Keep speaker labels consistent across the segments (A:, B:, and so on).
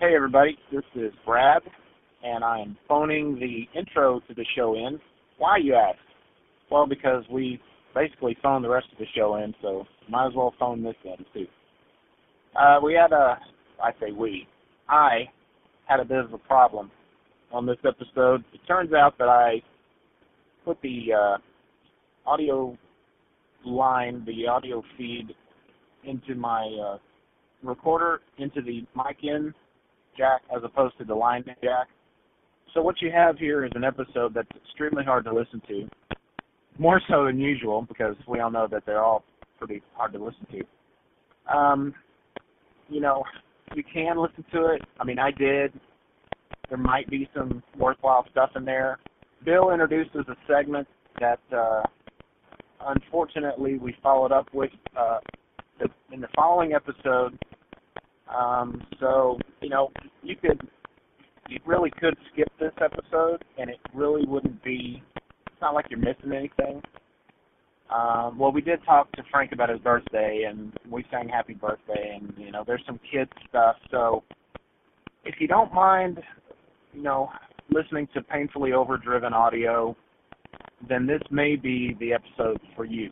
A: Hey, everybody. This is Brad, and I am phoning the intro to the show in. Why, you ask? Well, because we basically phoned the rest of the show in, so might as well phone this in, too. Uh, we had a, I say we, I had a bit of a problem on this episode. It turns out that I put the uh, audio line, the audio feed, into my uh, recorder, into the mic in jack, as opposed to the line jack. So what you have here is an episode that's extremely hard to listen to, more so than usual because we all know that they're all pretty hard to listen to. Um, you know, you can listen to it. I mean, I did. There might be some worthwhile stuff in there. Bill introduces a segment that uh, unfortunately we followed up with uh, the, in the following episode. Um, so you know, you could you really could skip this episode, and it really wouldn't be. It's not like you're missing anything. Um, well, we did talk to Frank about his birthday, and we sang happy birthday, and you know, there's some kids stuff. So, if you don't mind, you know, listening to painfully overdriven audio, then this may be the episode for you.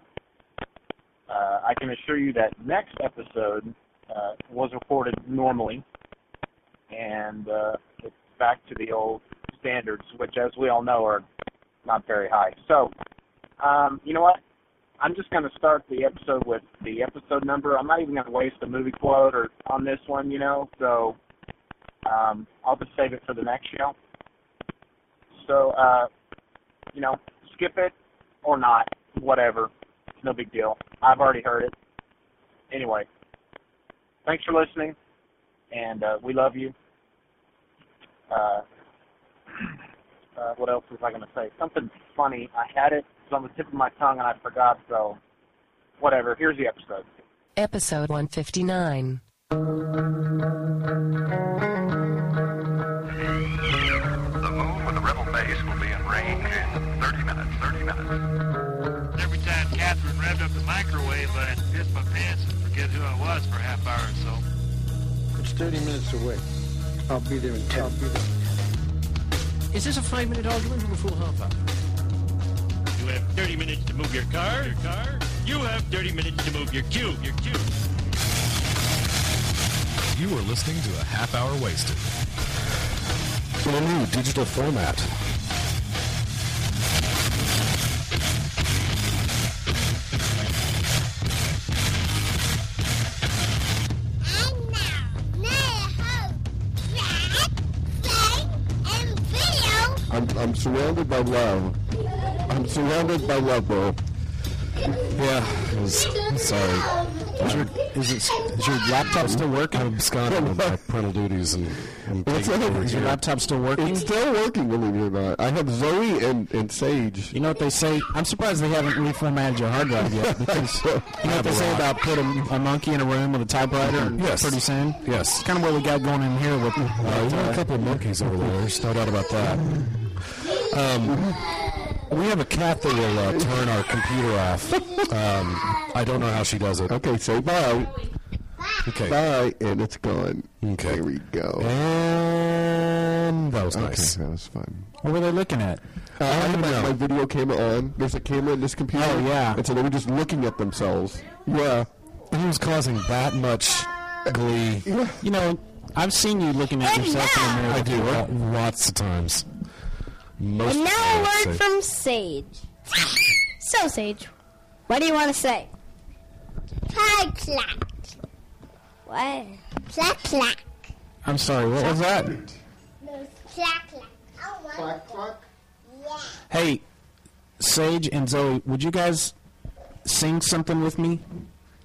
A: Uh, I can assure you that next episode uh, was recorded normally, and uh, it's back to the old standards, which, as we all know, are not very high. So, um, you know what? I'm just going to start the episode with the episode number. I'm not even going to waste a movie quote or on this one, you know. So, um, I'll just save it for the next show. So, uh, you know, skip it or not, whatever. It's no big deal. I've already heard it. Anyway, thanks for listening, and uh, we love you. Uh, uh, what else was I going to say? Something funny. I had it. It's on the tip of my tongue, and I forgot. So, whatever. Here's the episode.
B: Episode 159.
C: The moon with the rebel base will be in range in 30 minutes. 30 minutes.
D: Every time Catherine revved up the microwave, I pissed my pants and forget who I was for a half hour or so.
E: It's 30 minutes away. I'll be there in 10. I'll be there.
F: Is this a five-minute argument or a full half hour?
D: You have 30 minutes to move your car. Your car. You have 30 minutes to move your cube. Your cube.
G: You are listening to a half hour wasted.
H: in a new digital format.
I: And now, my host, Brad, Frank, and Video.
H: I'm, I'm surrounded by love. I'm surrounded by love, bro. Yeah, it was- I'm sorry. Is your, is it, is your laptop still working?
F: I'm absconding with my parental duties and, and
H: What's
F: taking
H: that?
F: over
H: Is
F: here.
H: your laptop
F: still working?
H: It's still working, believe it or not. I have Zoe and, and Sage.
F: You know what they say? I'm surprised they haven't reformatted your hard drive yet. Because you know what they say about put a, a monkey in a room with a typewriter and
H: Yes.
F: pretty soon?
H: Yes.
F: It's kind of what we got going in here with
H: Uh, we got a couple of monkeys over there. There's no doubt about that. Um, we have a cat that will uh, turn our computer off. Um, I don't know how she does it. Okay, say bye. Okay. Bye, and it's gone. Okay. There we go. And that was nice. that was fun.
F: What were they looking at?
H: Uh, I have my, my video camera on. There's a camera in this computer.
F: Oh, yeah.
H: And so they were just looking at themselves. Yeah.
F: He was causing that much glee. You know, I've seen you looking at yourself in the mirror. I do lots of times.
I: And now a word from Sage. So, Sage, what do you want to say? Clack, clack. What? Clack, clack.
F: I'm sorry. What was that?
I: Clack, clack. Oh, clack, clack.
F: Hey, Sage and Zoe, would you guys sing something with me?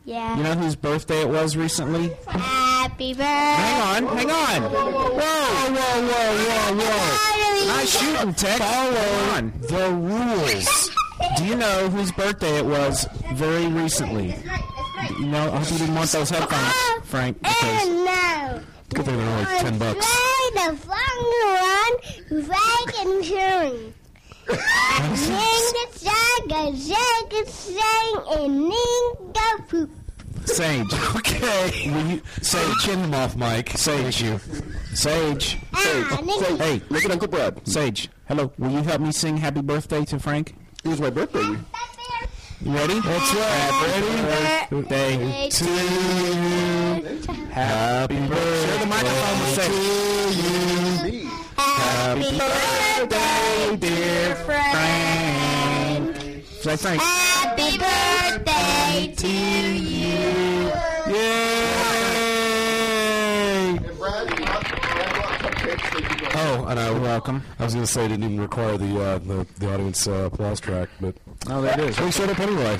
I: Yeah.
F: You know whose birthday it was recently?
I: Happy birthday.
F: Hang on, hang on. Uh, Whoa, whoa, whoa, whoa, whoa. Not shooting, Tex. Follow on. the rules. Do you know whose birthday it was very recently? You know, I hope you didn't want those headphones, Frank, because
I: And now,
F: good thing they're like ten bucks.
I: play the fun one, Frank and Sherry. Sing a song, a sing a sing, and ninga poop. Sage. okay. Will you, Sage, chin him off, Mike. Sage, you. Sage. Sage. Sage. Hey, look at Uncle Brad. Sage. Hello. Will you help me sing "Happy Birthday" to Frank? It was my birthday. You ready? That's right. Happy birthday to you. Happy birthday. Share the microphone with Sage. To you. Happy birthday, dear Frank. Say Frank.
J: Happy birthday to you.
I: Yay!
F: Oh, and I welcome. I was going to say it didn't even require the uh, the, the audience uh, applause track, but
I: oh, there it is.
F: We showed up anyway.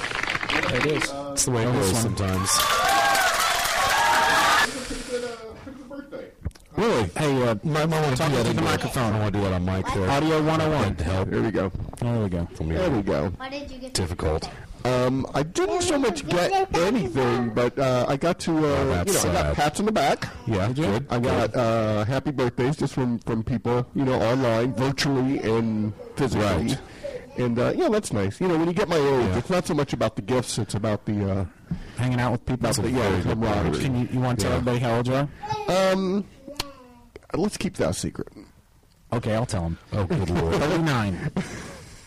I: It is.
F: It's the way it
I: Oh, this
F: goes
I: one.
F: sometimes. Really? Hey, uh, my, my want to
I: Talk
F: do that
I: into
F: on
I: the
F: mic.
I: microphone.
F: I want to do that on mic. There.
I: Audio 101.
F: To help.
H: There we go.
I: There we go.
F: For me.
H: There we go.
J: What did you get?
F: Difficult.
H: Um, I didn't so much get anything, but uh, I got to,
F: Oh,
H: uh,
F: that's
H: you know, I
F: sad.
H: got pats on the back.
F: Yeah. Good.
H: I got uh, happy birthdays just from, from people, you know, online, virtually and physically.
F: Right.
H: And, uh, yeah, that's nice. You know, when you get my age,
F: Yeah.
H: it's not so much about the gifts, it's about the, uh,
I: Hanging out with people.
H: about the, yeah, the camaraderie.
I: Can you, you want to tell
F: Yeah.
I: everybody how old you are?
H: Um, let's keep that a secret.
I: Okay, I'll tell them.
F: Oh, good lord.
I: 39.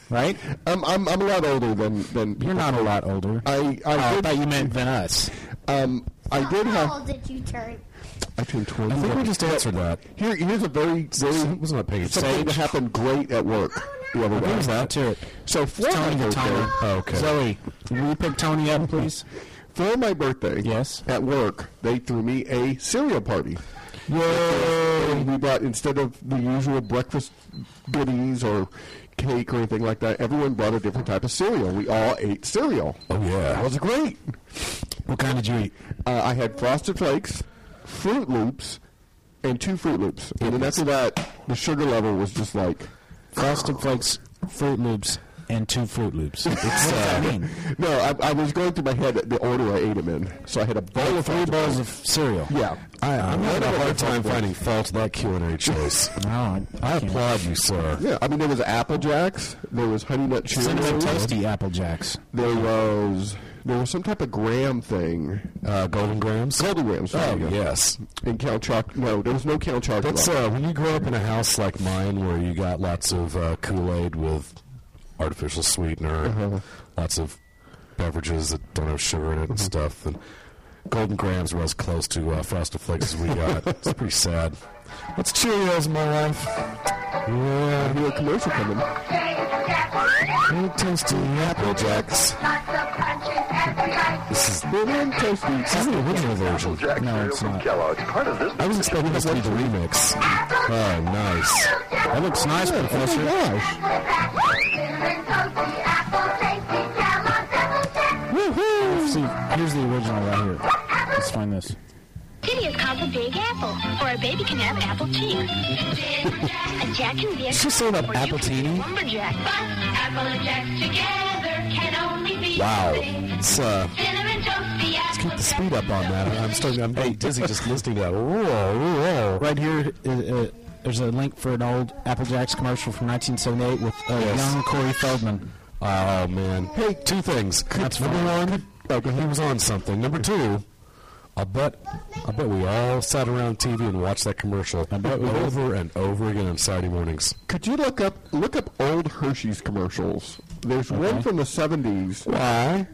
I: right?
H: Um, I'm I'm a lot older than than
I: You're not a lot older.
H: I
I: Oh, I
H: I
I: thought
H: did
I: you meant than us.
H: um I did
J: How
H: have
J: old did you turn?
H: I turned
F: I
H: twenty.
F: think we just answered that.
H: Here here's a very very
F: Wasn't I paying
H: something
F: attention?
H: that happened great at work the other
I: What was
H: day.
I: that? Hear it.
H: So for my
I: Tony the timer.
H: birthday,
F: okay.
I: Zoe, will you pick Tony up, please?
H: for my birthday,
I: Yes.
H: at work they threw me a cereal party. And we brought instead of the usual breakfast goodies or cake or anything like that, everyone brought a different type of cereal. We all ate cereal.
F: Oh,
H: That
F: yeah.
H: was great.
I: What kind did you eat?
H: Uh, I had Frosted Flakes, Fruit Loops, and two Fruit Loops. And then after that, the sugar level was just like,
I: Frosted Flakes, Fruit Loops, and two Fruit Loops. uh, what does that mean?
H: no, I, I was going through my head the order I ate them in. So I had a bowl of
I: Three
H: Frosted
I: bowls of cereal.
H: Flakes. Yeah. Uh,
F: I, I'm
H: I
F: having
H: know
F: a hard
H: what
F: time
H: that was.
F: finding fault in that culinary choice.
I: No, I,
F: I
I: I can't.
F: applaud you, sir.
H: Yeah, I mean, there was Apple Jacks, there was Honey Nut
I: Cinnamon
H: Cheerios,
I: Toasty Apple Jacks.
H: there was, there was some type of graham thing.
F: Uh, Golden Grams.
H: Golden grahams. there
F: Oh,
H: you go.
F: yes.
H: And Count Choc. No, there was no Count Chocolate.
F: That's uh, when you grow up in a house like mine where you got lots of uh, Kool Aid with artificial sweetener,
H: Uh-huh.
F: lots of beverages that don't have sugar in it
H: Uh-huh.
F: and stuff. And Golden Grams were as close to uh, Frosted Flakes as we got. it's pretty sad. That's Cheerios in my life.
H: I
F: Yeah,
H: knew a commercial coming.
F: little tasty Apple Jacks. This is
H: Cinnamon Toasty.
F: this is the original version.
I: No, it's not.
D: Kellogg's part of this.
F: I was expecting this to be the remix. Oh, nice.
I: That looks nice,
H: Oh, my
I: Professor.
H: gosh.
I: See, here's the original right here. Let's find this.
K: Kitty is called the Big Apple, or a baby can have apple teeth. a jack can be a
F: Did she say about apple teeny?
K: lumberjack. Apple and jack together can only be
F: Wow. It's, uh,
K: Cinnamon toasty apple
F: keep the speed up on that. I'm starting. I'm getting dizzy just listening to that. Whoa, whoa.
I: Right here, uh, uh, there's a link for an old Apple Jacks commercial from 1978 with uh,
F: Oh, Yes.
I: young Corey Feldman.
F: Oh man. Hey, two things.
I: That's
F: number one. Okay, he was on something. Number two. I bet. I bet we all sat around TV and watched that commercial I
I: bet we did.
F: over and over again on Saturday mornings.
H: Could you look up look up old Hershey's commercials? There's one from the 70s.
F: Why?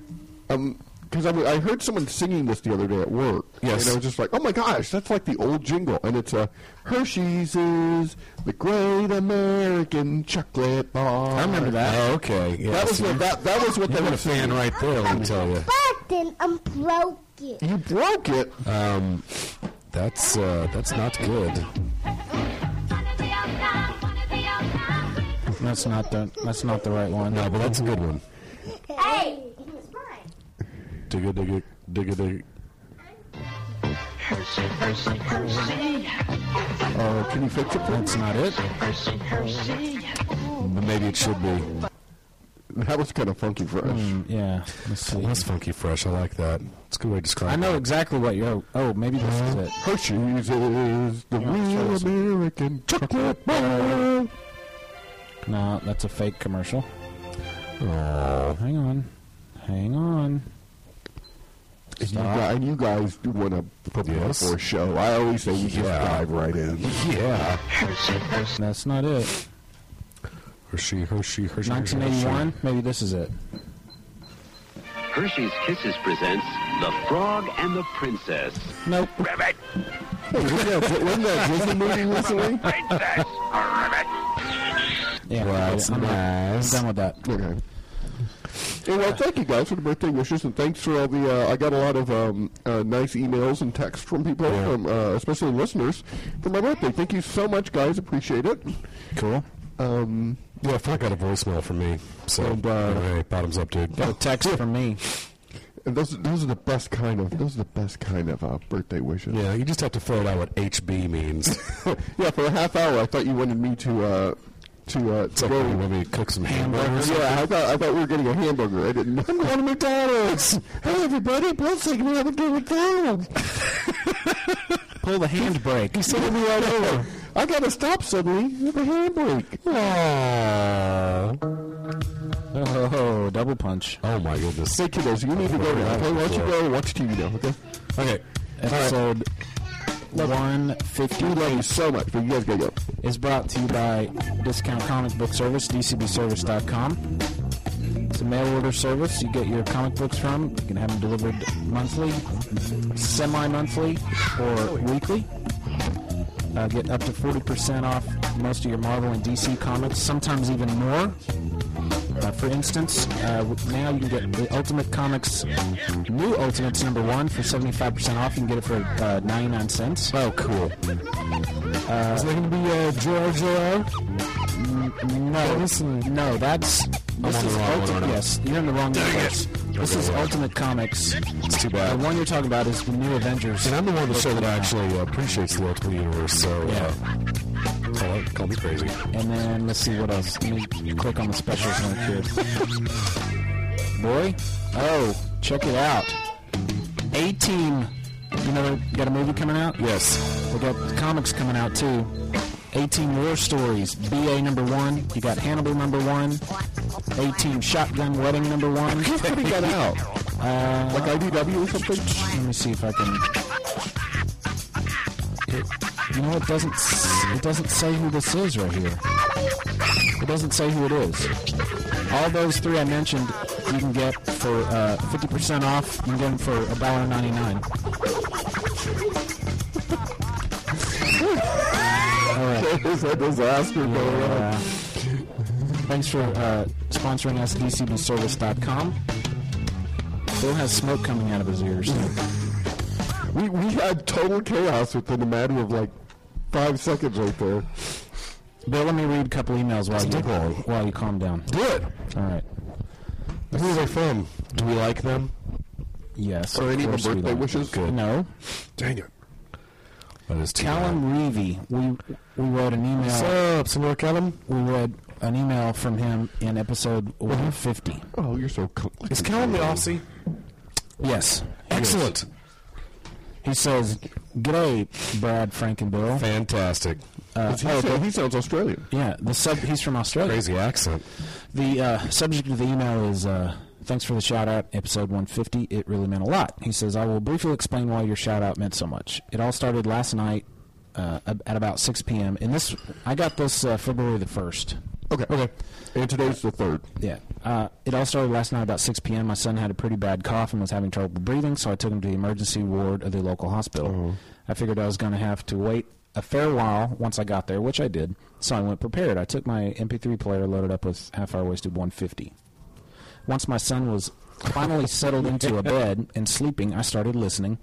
H: Um, because I, w- I heard someone singing this the other day at work.
F: Yes.
H: And I was just like, oh my gosh, that's like the old jingle. And it's a Hershey's is the great American chocolate bar.
I: I remember that.
F: Oh, okay. Yeah,
H: That was
F: see,
H: what that, that was what they
F: you're
H: were
F: a fan
H: saying.
F: right there. Let me tell you.
J: Button, I'm broken.
H: You broke it.
F: Um, that's uh, that's not good.
I: That's not the that's not the right one.
F: No, but that's a good one.
J: Hey,
F: Digga digga digga digga.
H: Uh, can you fix it?
I: That's not it.
F: But maybe it should be.
H: That was kind of funky for us.
I: Mm, yeah. Let's see.
F: That's funky fresh. I like that. It's a good way to describe.
I: I know
F: it.
I: exactly what you're. Oh, maybe this is it.
H: Hershey's is the real American chocolate bar.
I: No, that's a fake commercial.
F: Aw.
I: Hang on. Hang on.
H: You guys, you guys do want to prepare for a show. I always say we just dive right in.
E: Yeah.
F: That's not it.
E: Hershey, Hershey, Hershey.
F: 1981? Maybe this is it.
D: Hershey's Kisses presents The Frog and the Princess.
F: Nope.
D: Rabbit.
H: wasn't that Disney movie recently?
D: Princess, a rabbit.
F: Yeah,
H: That's
F: I'm, nice. I'm done with that.
H: Okay. Yeah, well, thank you guys for the birthday wishes, and thanks for all the. Uh, I got a lot of um, uh, nice emails and texts from people, from uh, especially listeners, for my birthday. Thank you so much, guys. Appreciate it.
E: Cool.
H: Um,
E: yeah, Frank got a voicemail from me. So,
H: And, uh,
E: anyway, bottoms up, dude.
F: Oh, Got a text from me.
H: And those, those are the best kind of. Those are the best kind of uh, birthday wishes.
E: Yeah, you just have to find out what HB means.
H: yeah, for a half hour, I thought you wanted me to uh, to uh, to
E: like,
H: go
E: you want me to cook some hamburgers?
H: Yeah, I thought I thought we were getting a hamburger. I didn't.
E: I'm going to McDonald's. Hey, everybody, let's take me out to McDonald's.
F: Pull the handbrake.
E: You sent me right over.
H: I gotta stop suddenly with a handbrake.
E: Aww.
F: Oh, double punch.
E: Oh, my goodness.
H: Say kiddos, you need to go now. Okay, why don't you go watch TV now? Okay.
E: Okay.
F: Episode
H: We
F: 150
H: love you so much, but you guys gotta go.
F: is brought to you by Discount Comic Book Service, dcbservice.com. It's a mail order service you get your comic books from. You can have them delivered monthly, semi monthly, or weekly. Uh, get up to 40% off most of your Marvel and DC comics, sometimes even more. Uh, for instance, uh, w- now you can get the Ultimate Comics, new Ultimates number one for 75% off. You can get it for uh, 99 cents.
E: Oh, cool. Is there going to be uh, Joel Joel?
F: No, no, that's this
E: on the
F: is
E: wrong one,
F: ultimate.
E: aren't I?
F: Yes, you're in the wrong place. This is Ultimate Comics.
E: It's too
F: The
E: bad.
F: one you're talking about is the New Avengers.
E: And I'm the one on the show that actually uh, appreciates the Ultimate Universe, so uh, call, it- call me crazy.
F: And then let's see what else. Let me click on the specials link here. Boy, oh, check it out. A Team. You know, they got a movie coming out.
E: Yes.
F: They got comics coming out too. 18 War Stories, BA number one. You got Hannibal number one. 18 Shotgun Wedding number one. Uh,
H: Get out. like IDW or something.
F: Let me see if I can. It, you know, it doesn't. s- It doesn't say who this is right here. It doesn't say who it is. All those three I mentioned, you can get for uh, fifty percent off. You can get them for a dollar ninety nine.
H: It's a disaster going on.
F: Uh, thanks for uh, sponsoring us, DCBService.com. Bill has smoke coming out of his ears.
H: We, we had total chaos within a matter of like five seconds right there.
F: Bill, let me read a couple emails while you while you calm down.
E: Do it!
F: All right.
E: Who are they from? Do we like them?
F: Yes.
H: Or any of the
F: course we
H: birthday
F: like
H: wishes?
F: them. No.
E: Dang it. That is too
F: Callum Reevy. We we wrote an email.
E: bad. What's up, Senor Callum?
F: we read an email from him in episode 150.
H: Oh, you're so. Com-
E: Is Callum the Aussie?
F: Yes.
E: Excellent.
F: He says, "G'day, Brad, Frank, and Bill."
E: Fantastic.
F: Uh,
H: he, sa- he sounds Australian.
F: yeah, the sub. He's from Australia.
E: Crazy accent.
F: The uh, subject of the email is uh, thanks for the shout out, episode 150. It really meant a lot. He says, I will briefly explain why your shout out meant so much. It all started last night uh, ab- at about 6 p.m. And this, I got this uh, February the 1st.
H: Okay, okay. And today's the third.
F: Yeah. Uh, it all started last night about 6 p.m. My son had a pretty bad cough and was having trouble breathing, so I took him to the emergency ward of the local hospital.
H: Uh-huh.
F: I figured I was going to have to wait a fair while once I got there, which I did, so I went prepared. I took my MP3 player loaded up with half hour wasted 150. Once my son was finally settled into a bed and sleeping, I started listening,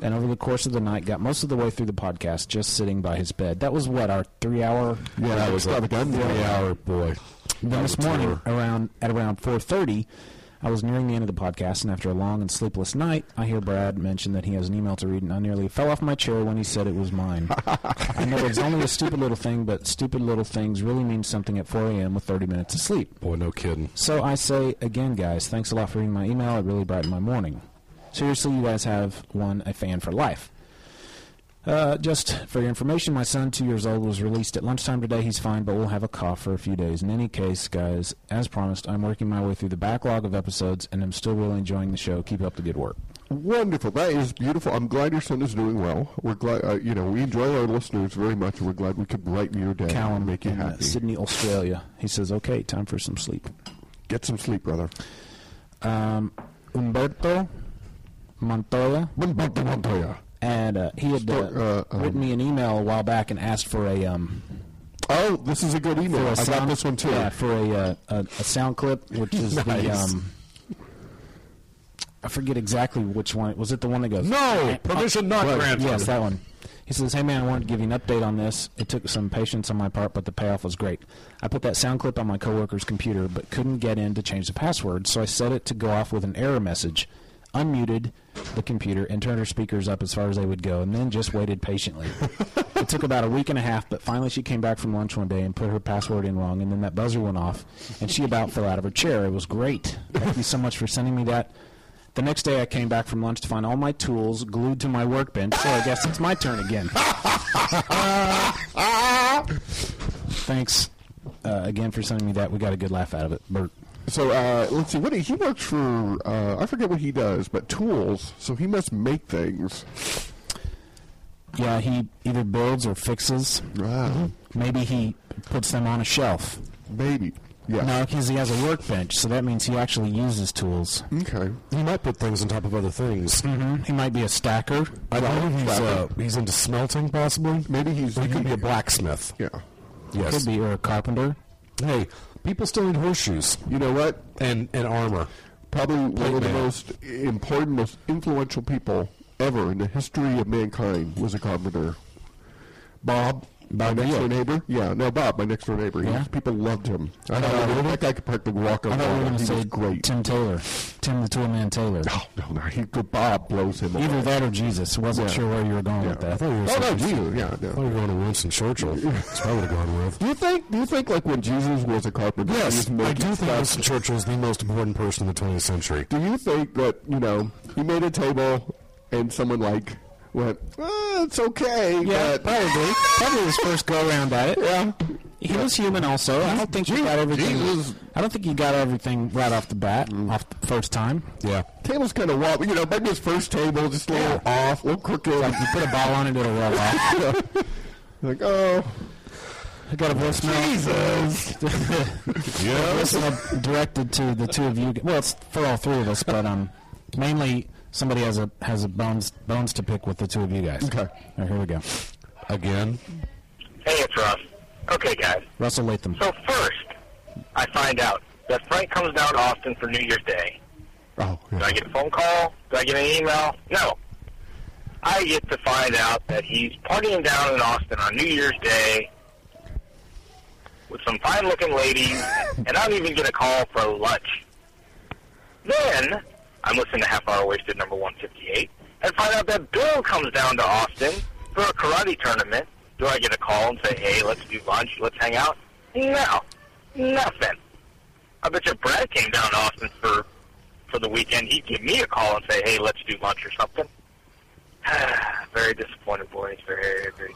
F: and over the course of the night, got most of the way through the podcast just sitting by his bed. That was what, our three hour
H: Yeah, that was
E: a
H: like, I'm
E: three hour boy.
F: then
E: That was
F: this
E: a
F: morning,
E: tour.
F: around at around 4:30, I was nearing the end of the podcast, and after a long and sleepless night, I hear Brad mention that he has an email to read, and I nearly fell off my chair when he said it was mine. I know it's only a stupid little thing, but stupid little things really mean something at 4 a.m. with 30 minutes of sleep.
E: Boy, no kidding.
F: So I say again, guys, thanks a lot for reading my email. It really brightened my morning. Seriously, you guys have won a fan for life. Uh, just for your information, my son, two years old, was released at lunchtime today. He's fine, but will have a cough for a few days. In any case, guys, as promised, I'm working my way through the backlog of episodes and I'm still really enjoying the show. Keep up the good work.
H: Wonderful. That is beautiful. I'm glad your son is doing well. We're glad, uh, you know, we enjoy our listeners very much, and we're glad we could brighten your day and
F: Callum
H: make you
F: in uh,
H: happy.
F: Sydney, Australia. He says, "Okay, time for some sleep.
H: Get some sleep, brother."
F: Um, Umberto Montoya.
H: Umberto Montoya.
F: And uh, he had uh,
H: um,
F: written me an email a while back and asked for a. Um,
H: oh, this is a good email. I got this one, too.
F: Yeah, for a, uh, a a sound clip, which is the.
H: Nice.
F: Um, I forget exactly which one. Was it the one that goes?
E: No,
F: "Eh,
E: permission not
F: right,
E: granted."
F: Yes, that one. He says, "Hey man, I wanted to give you an update on this. It took some patience on my part, but the payoff was great. I put that sound clip on my coworker's computer, but couldn't get in to change the password, so I set it to go off with an error message. Unmuted the computer and turned her speakers up as far as they would go, and then just waited patiently. it took about a week and a half, but finally she came back from lunch one day and put her password in wrong, and then that buzzer went off, and she about fell out of her chair. It was great. Thank you so much for sending me that." The next day, I came back from lunch to find all my tools glued to my workbench, so I guess it's my turn again. Thanks uh, again for sending me that. We got a good laugh out of it, Bert.
H: So uh, let's see. What he, he works for? Uh, I forget what he does, but tools. So he must make things.
F: Yeah, he either builds or fixes.
E: Mm-hmm.
F: Maybe he puts them on a shelf.
H: Maybe. Yeah.
F: No, because he has a workbench, so that means he actually uses tools.
H: Okay.
E: He might put things on top of other things.
F: Mm-hmm. He might be a stacker.
E: I believe he's, uh,
F: Stacker.
E: he's into smelting, possibly.
H: Maybe he's.
E: He could be a blacksmith.
H: Yeah.
E: Yes.
F: Could be, or a carpenter.
E: Hey, people still need horseshoes.
H: You know what?
E: And and armor.
H: Probably one of the
E: Plate mail.
H: most important, most influential people ever in the history of mankind was a carpenter. Bob, my next door neighbor. Yeah, no, Bob, my next door neighbor. He
F: Yeah.
H: people loved him. I
F: thought
H: know,
F: we were-
H: that guy could practically walk
F: I
H: on
F: thought we were
H: water.
F: going
H: He
F: to say
H: was great. Oh,
F: Tim Taylor, Tim the Toolman Taylor.
H: No, no, he, Bob blows him.
F: Either
H: away.
F: that or Jesus. Wasn't
H: Yeah.
F: sure where you were going with
H: Yeah.
F: that.
H: Oh no, Jesus. Yeah,
E: I
H: no.
E: thought you were going to Winston Churchill. That's what I would have gone with.
H: Do you think? Do you think like when Jesus was a carpenter? he was
E: Yes, I
H: making
E: do think
H: stuff?
E: Winston Churchill is the most important person in the 20th century.
H: Do you think that you know he made a table and someone like went? "Ah, it's okay.
F: Yeah,
H: but
F: probably. Probably his first go around at it.
H: yeah,
F: He was human, also. I don't think he got everything.
H: Jesus. Mm.
F: I don't think he got everything right off the bat, off the first time.
E: Yeah.
H: table's kind of wobbly. You know, maybe his first table just a little off, a little crooked.
F: Like you put a ball on it, it'll roll off.
H: like oh,
F: I got a voicemail.
H: Jesus.
F: This is uh, directed to the two of you. Well, it's for all three of us, but um, mainly somebody has a has a bones bones to pick with the two of you guys.
H: Okay.
F: All right, here we go.
E: Again?
D: Hey, it's Russ. Okay, guys.
F: Russell Latham.
D: So first, I find out that Frank comes down to Austin for New Year's Day.
H: Oh,
D: Do I get a phone call? Do I get an email? No. I get to find out that he's partying down in Austin on New Year's Day with some fine-looking ladies, and I don't even get a call for lunch. Then I'm listening to Half Hour Wasted number 158 and find out that Bill comes down to Austin for a karate tournament. Do I get a call and say, hey, let's do lunch, let's hang out? No, nothing. I bet you Brad came down to Austin for for the weekend. He'd give me a call and say, hey, let's do lunch or something. very disappointed, boys. Very, very disappointed.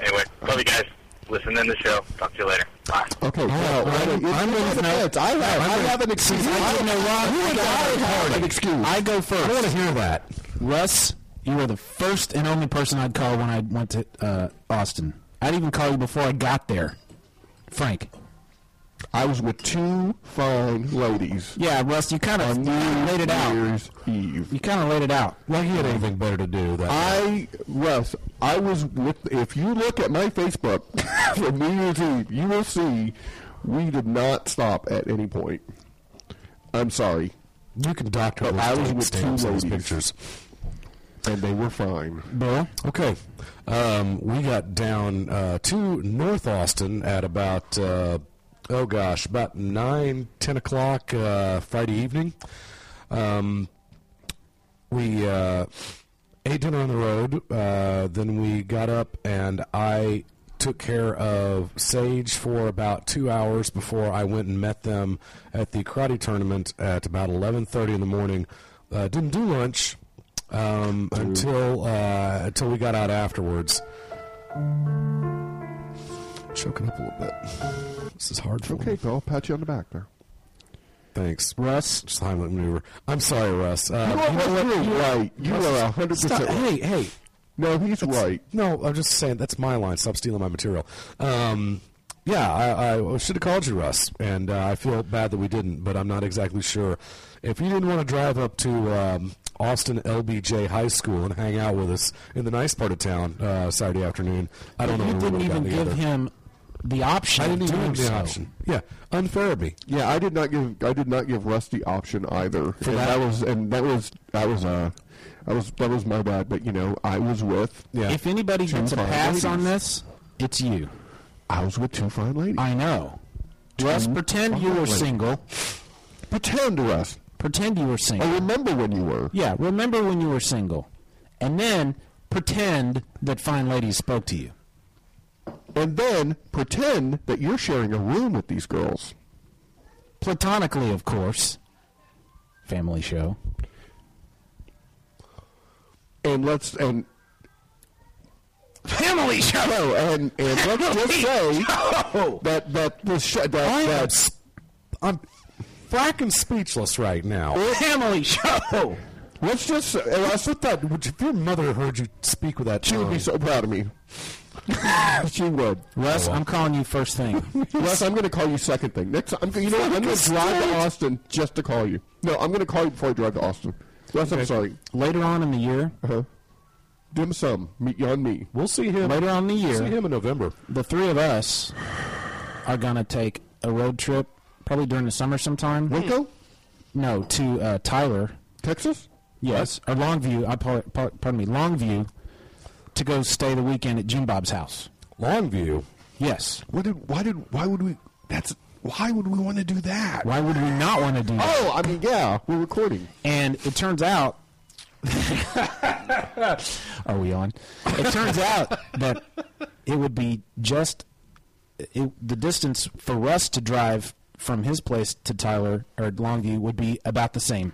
D: Anyway, love you guys. Listen in the show. Talk to you later. Bye.
H: Okay, well, I don't-
F: I'm
H: it's
F: with
H: not
F: no-
H: offense. I have, I have an excuse.
F: I don't know why.
H: You and I have an
F: Party.
H: excuse.
F: I go first.
E: I want to hear that.
F: Russ, you were the first and only person I'd call when I went to uh, Austin. I'd even call you before I got there. Frank.
H: I was with two fine ladies
F: Yeah, Russ, you kind of
H: on
F: laid it
H: New
F: out.
H: Year's Eve.
F: You kind of laid it out. Uh,
E: Well, he had anything better to do. That
H: I Russ, I was with. If you look at my Facebook from New Year's Eve, you will see we did not stop at any point. I'm sorry,
E: you can doctor
H: But
E: those
H: I was
E: date
H: with two
E: stamps and those
H: ladies.
E: pictures.
H: and they were fine.
F: Bill?
E: Okay, um, we got down uh, to North Austin at about uh, oh gosh, about nine ten o'clock uh, Friday evening. Um, we uh, ate dinner on the road. Uh, then we got up and I took care of Sage for about two hours before I went and met them at the karate tournament at about eleven thirty in the morning. Uh, didn't do lunch um, until uh, until we got out afterwards. Choking up a little bit. This is hard for me.
H: Okay, Phil, I'll pat you on the back there.
L: Thanks, Russ. Just Heimlich maneuver. I'm sorry, Russ. Uh,
H: You are absolutely right. You
L: Russ
H: are
L: is-
H: 100%
F: Uh,
L: Stop-
H: right.
L: Hey, hey.
H: No, he's right.
L: No, I'm just saying that's my line. Stop stealing my material. Um, yeah, I, I should have called you, Russ, and uh, I feel bad that we didn't. But I'm not exactly sure. If you didn't want to drive up to um, Austin LBJ High School and hang out with us in the nice part of town uh, Saturday afternoon, I don't know.
F: You
L: when we
F: didn't
L: would've
F: even
L: gotten
F: give
L: together.
F: him the option.
L: I didn't
F: of
L: even
F: doing
L: give him the
F: so.
L: option. Yeah, unfair of me.
H: Yeah, I did not give I did not give Russ the option either. and
L: that-
H: that, was and that was that was uh that was that was my bad. But you know, I was with
F: If anybody
H: two
F: gets a
H: fine
F: pass on
H: ladies.
F: this, it's you.
H: I was with two fine ladies.
F: I know. Russ,
H: Two
F: pretend you
H: fine
F: were
H: ladies.
F: single.
H: Pretend, Russ.
F: Pretend you were single.
E: Oh,
H: I remember when you were.
F: Yeah, remember when you were single, and then pretend that fine ladies spoke to you.
H: And then pretend that you're sharing a room with these girls.
F: Platonically, of course. Family show.
H: And let's and
F: Family show.
H: No, and and let's just say that that the sh- that that
L: I'm fracking speechless right now.
F: Family show.
H: Let's just say, and I said that
L: Would you- if your mother heard you speak with that,
H: she would be so proud of me. she would.
F: Russ, I'm calling you first thing.
H: Russ, I'm going to call you second thing. Next, I'm you know what? I'm going to drive to Austin just to call you. No, I'm going to call you before I drive to Austin. Russ, I'm sorry.
F: Later on in the year,
H: uh-huh. dim sum, meet you on me.
L: We'll see him
F: later on in the year,
L: See him in November.
F: the three of us are gonna take a road trip, probably during the summer sometime.
H: Waco,
F: No, to uh, Tyler,
H: Texas.
F: yes, or Longview. I par- par- pardon me, Longview, to go stay the weekend at Jim Bob's house.
L: Longview.
F: Yes.
H: What did? Why did? Why would we? That's why would we want to do that?
F: Why would we not want to do that?
H: Oh, I mean, yeah, we're recording.
F: And it turns out. Are we on? It turns out that it would be just it, the distance for us to drive from his place to Tyler or Longview would be about the same.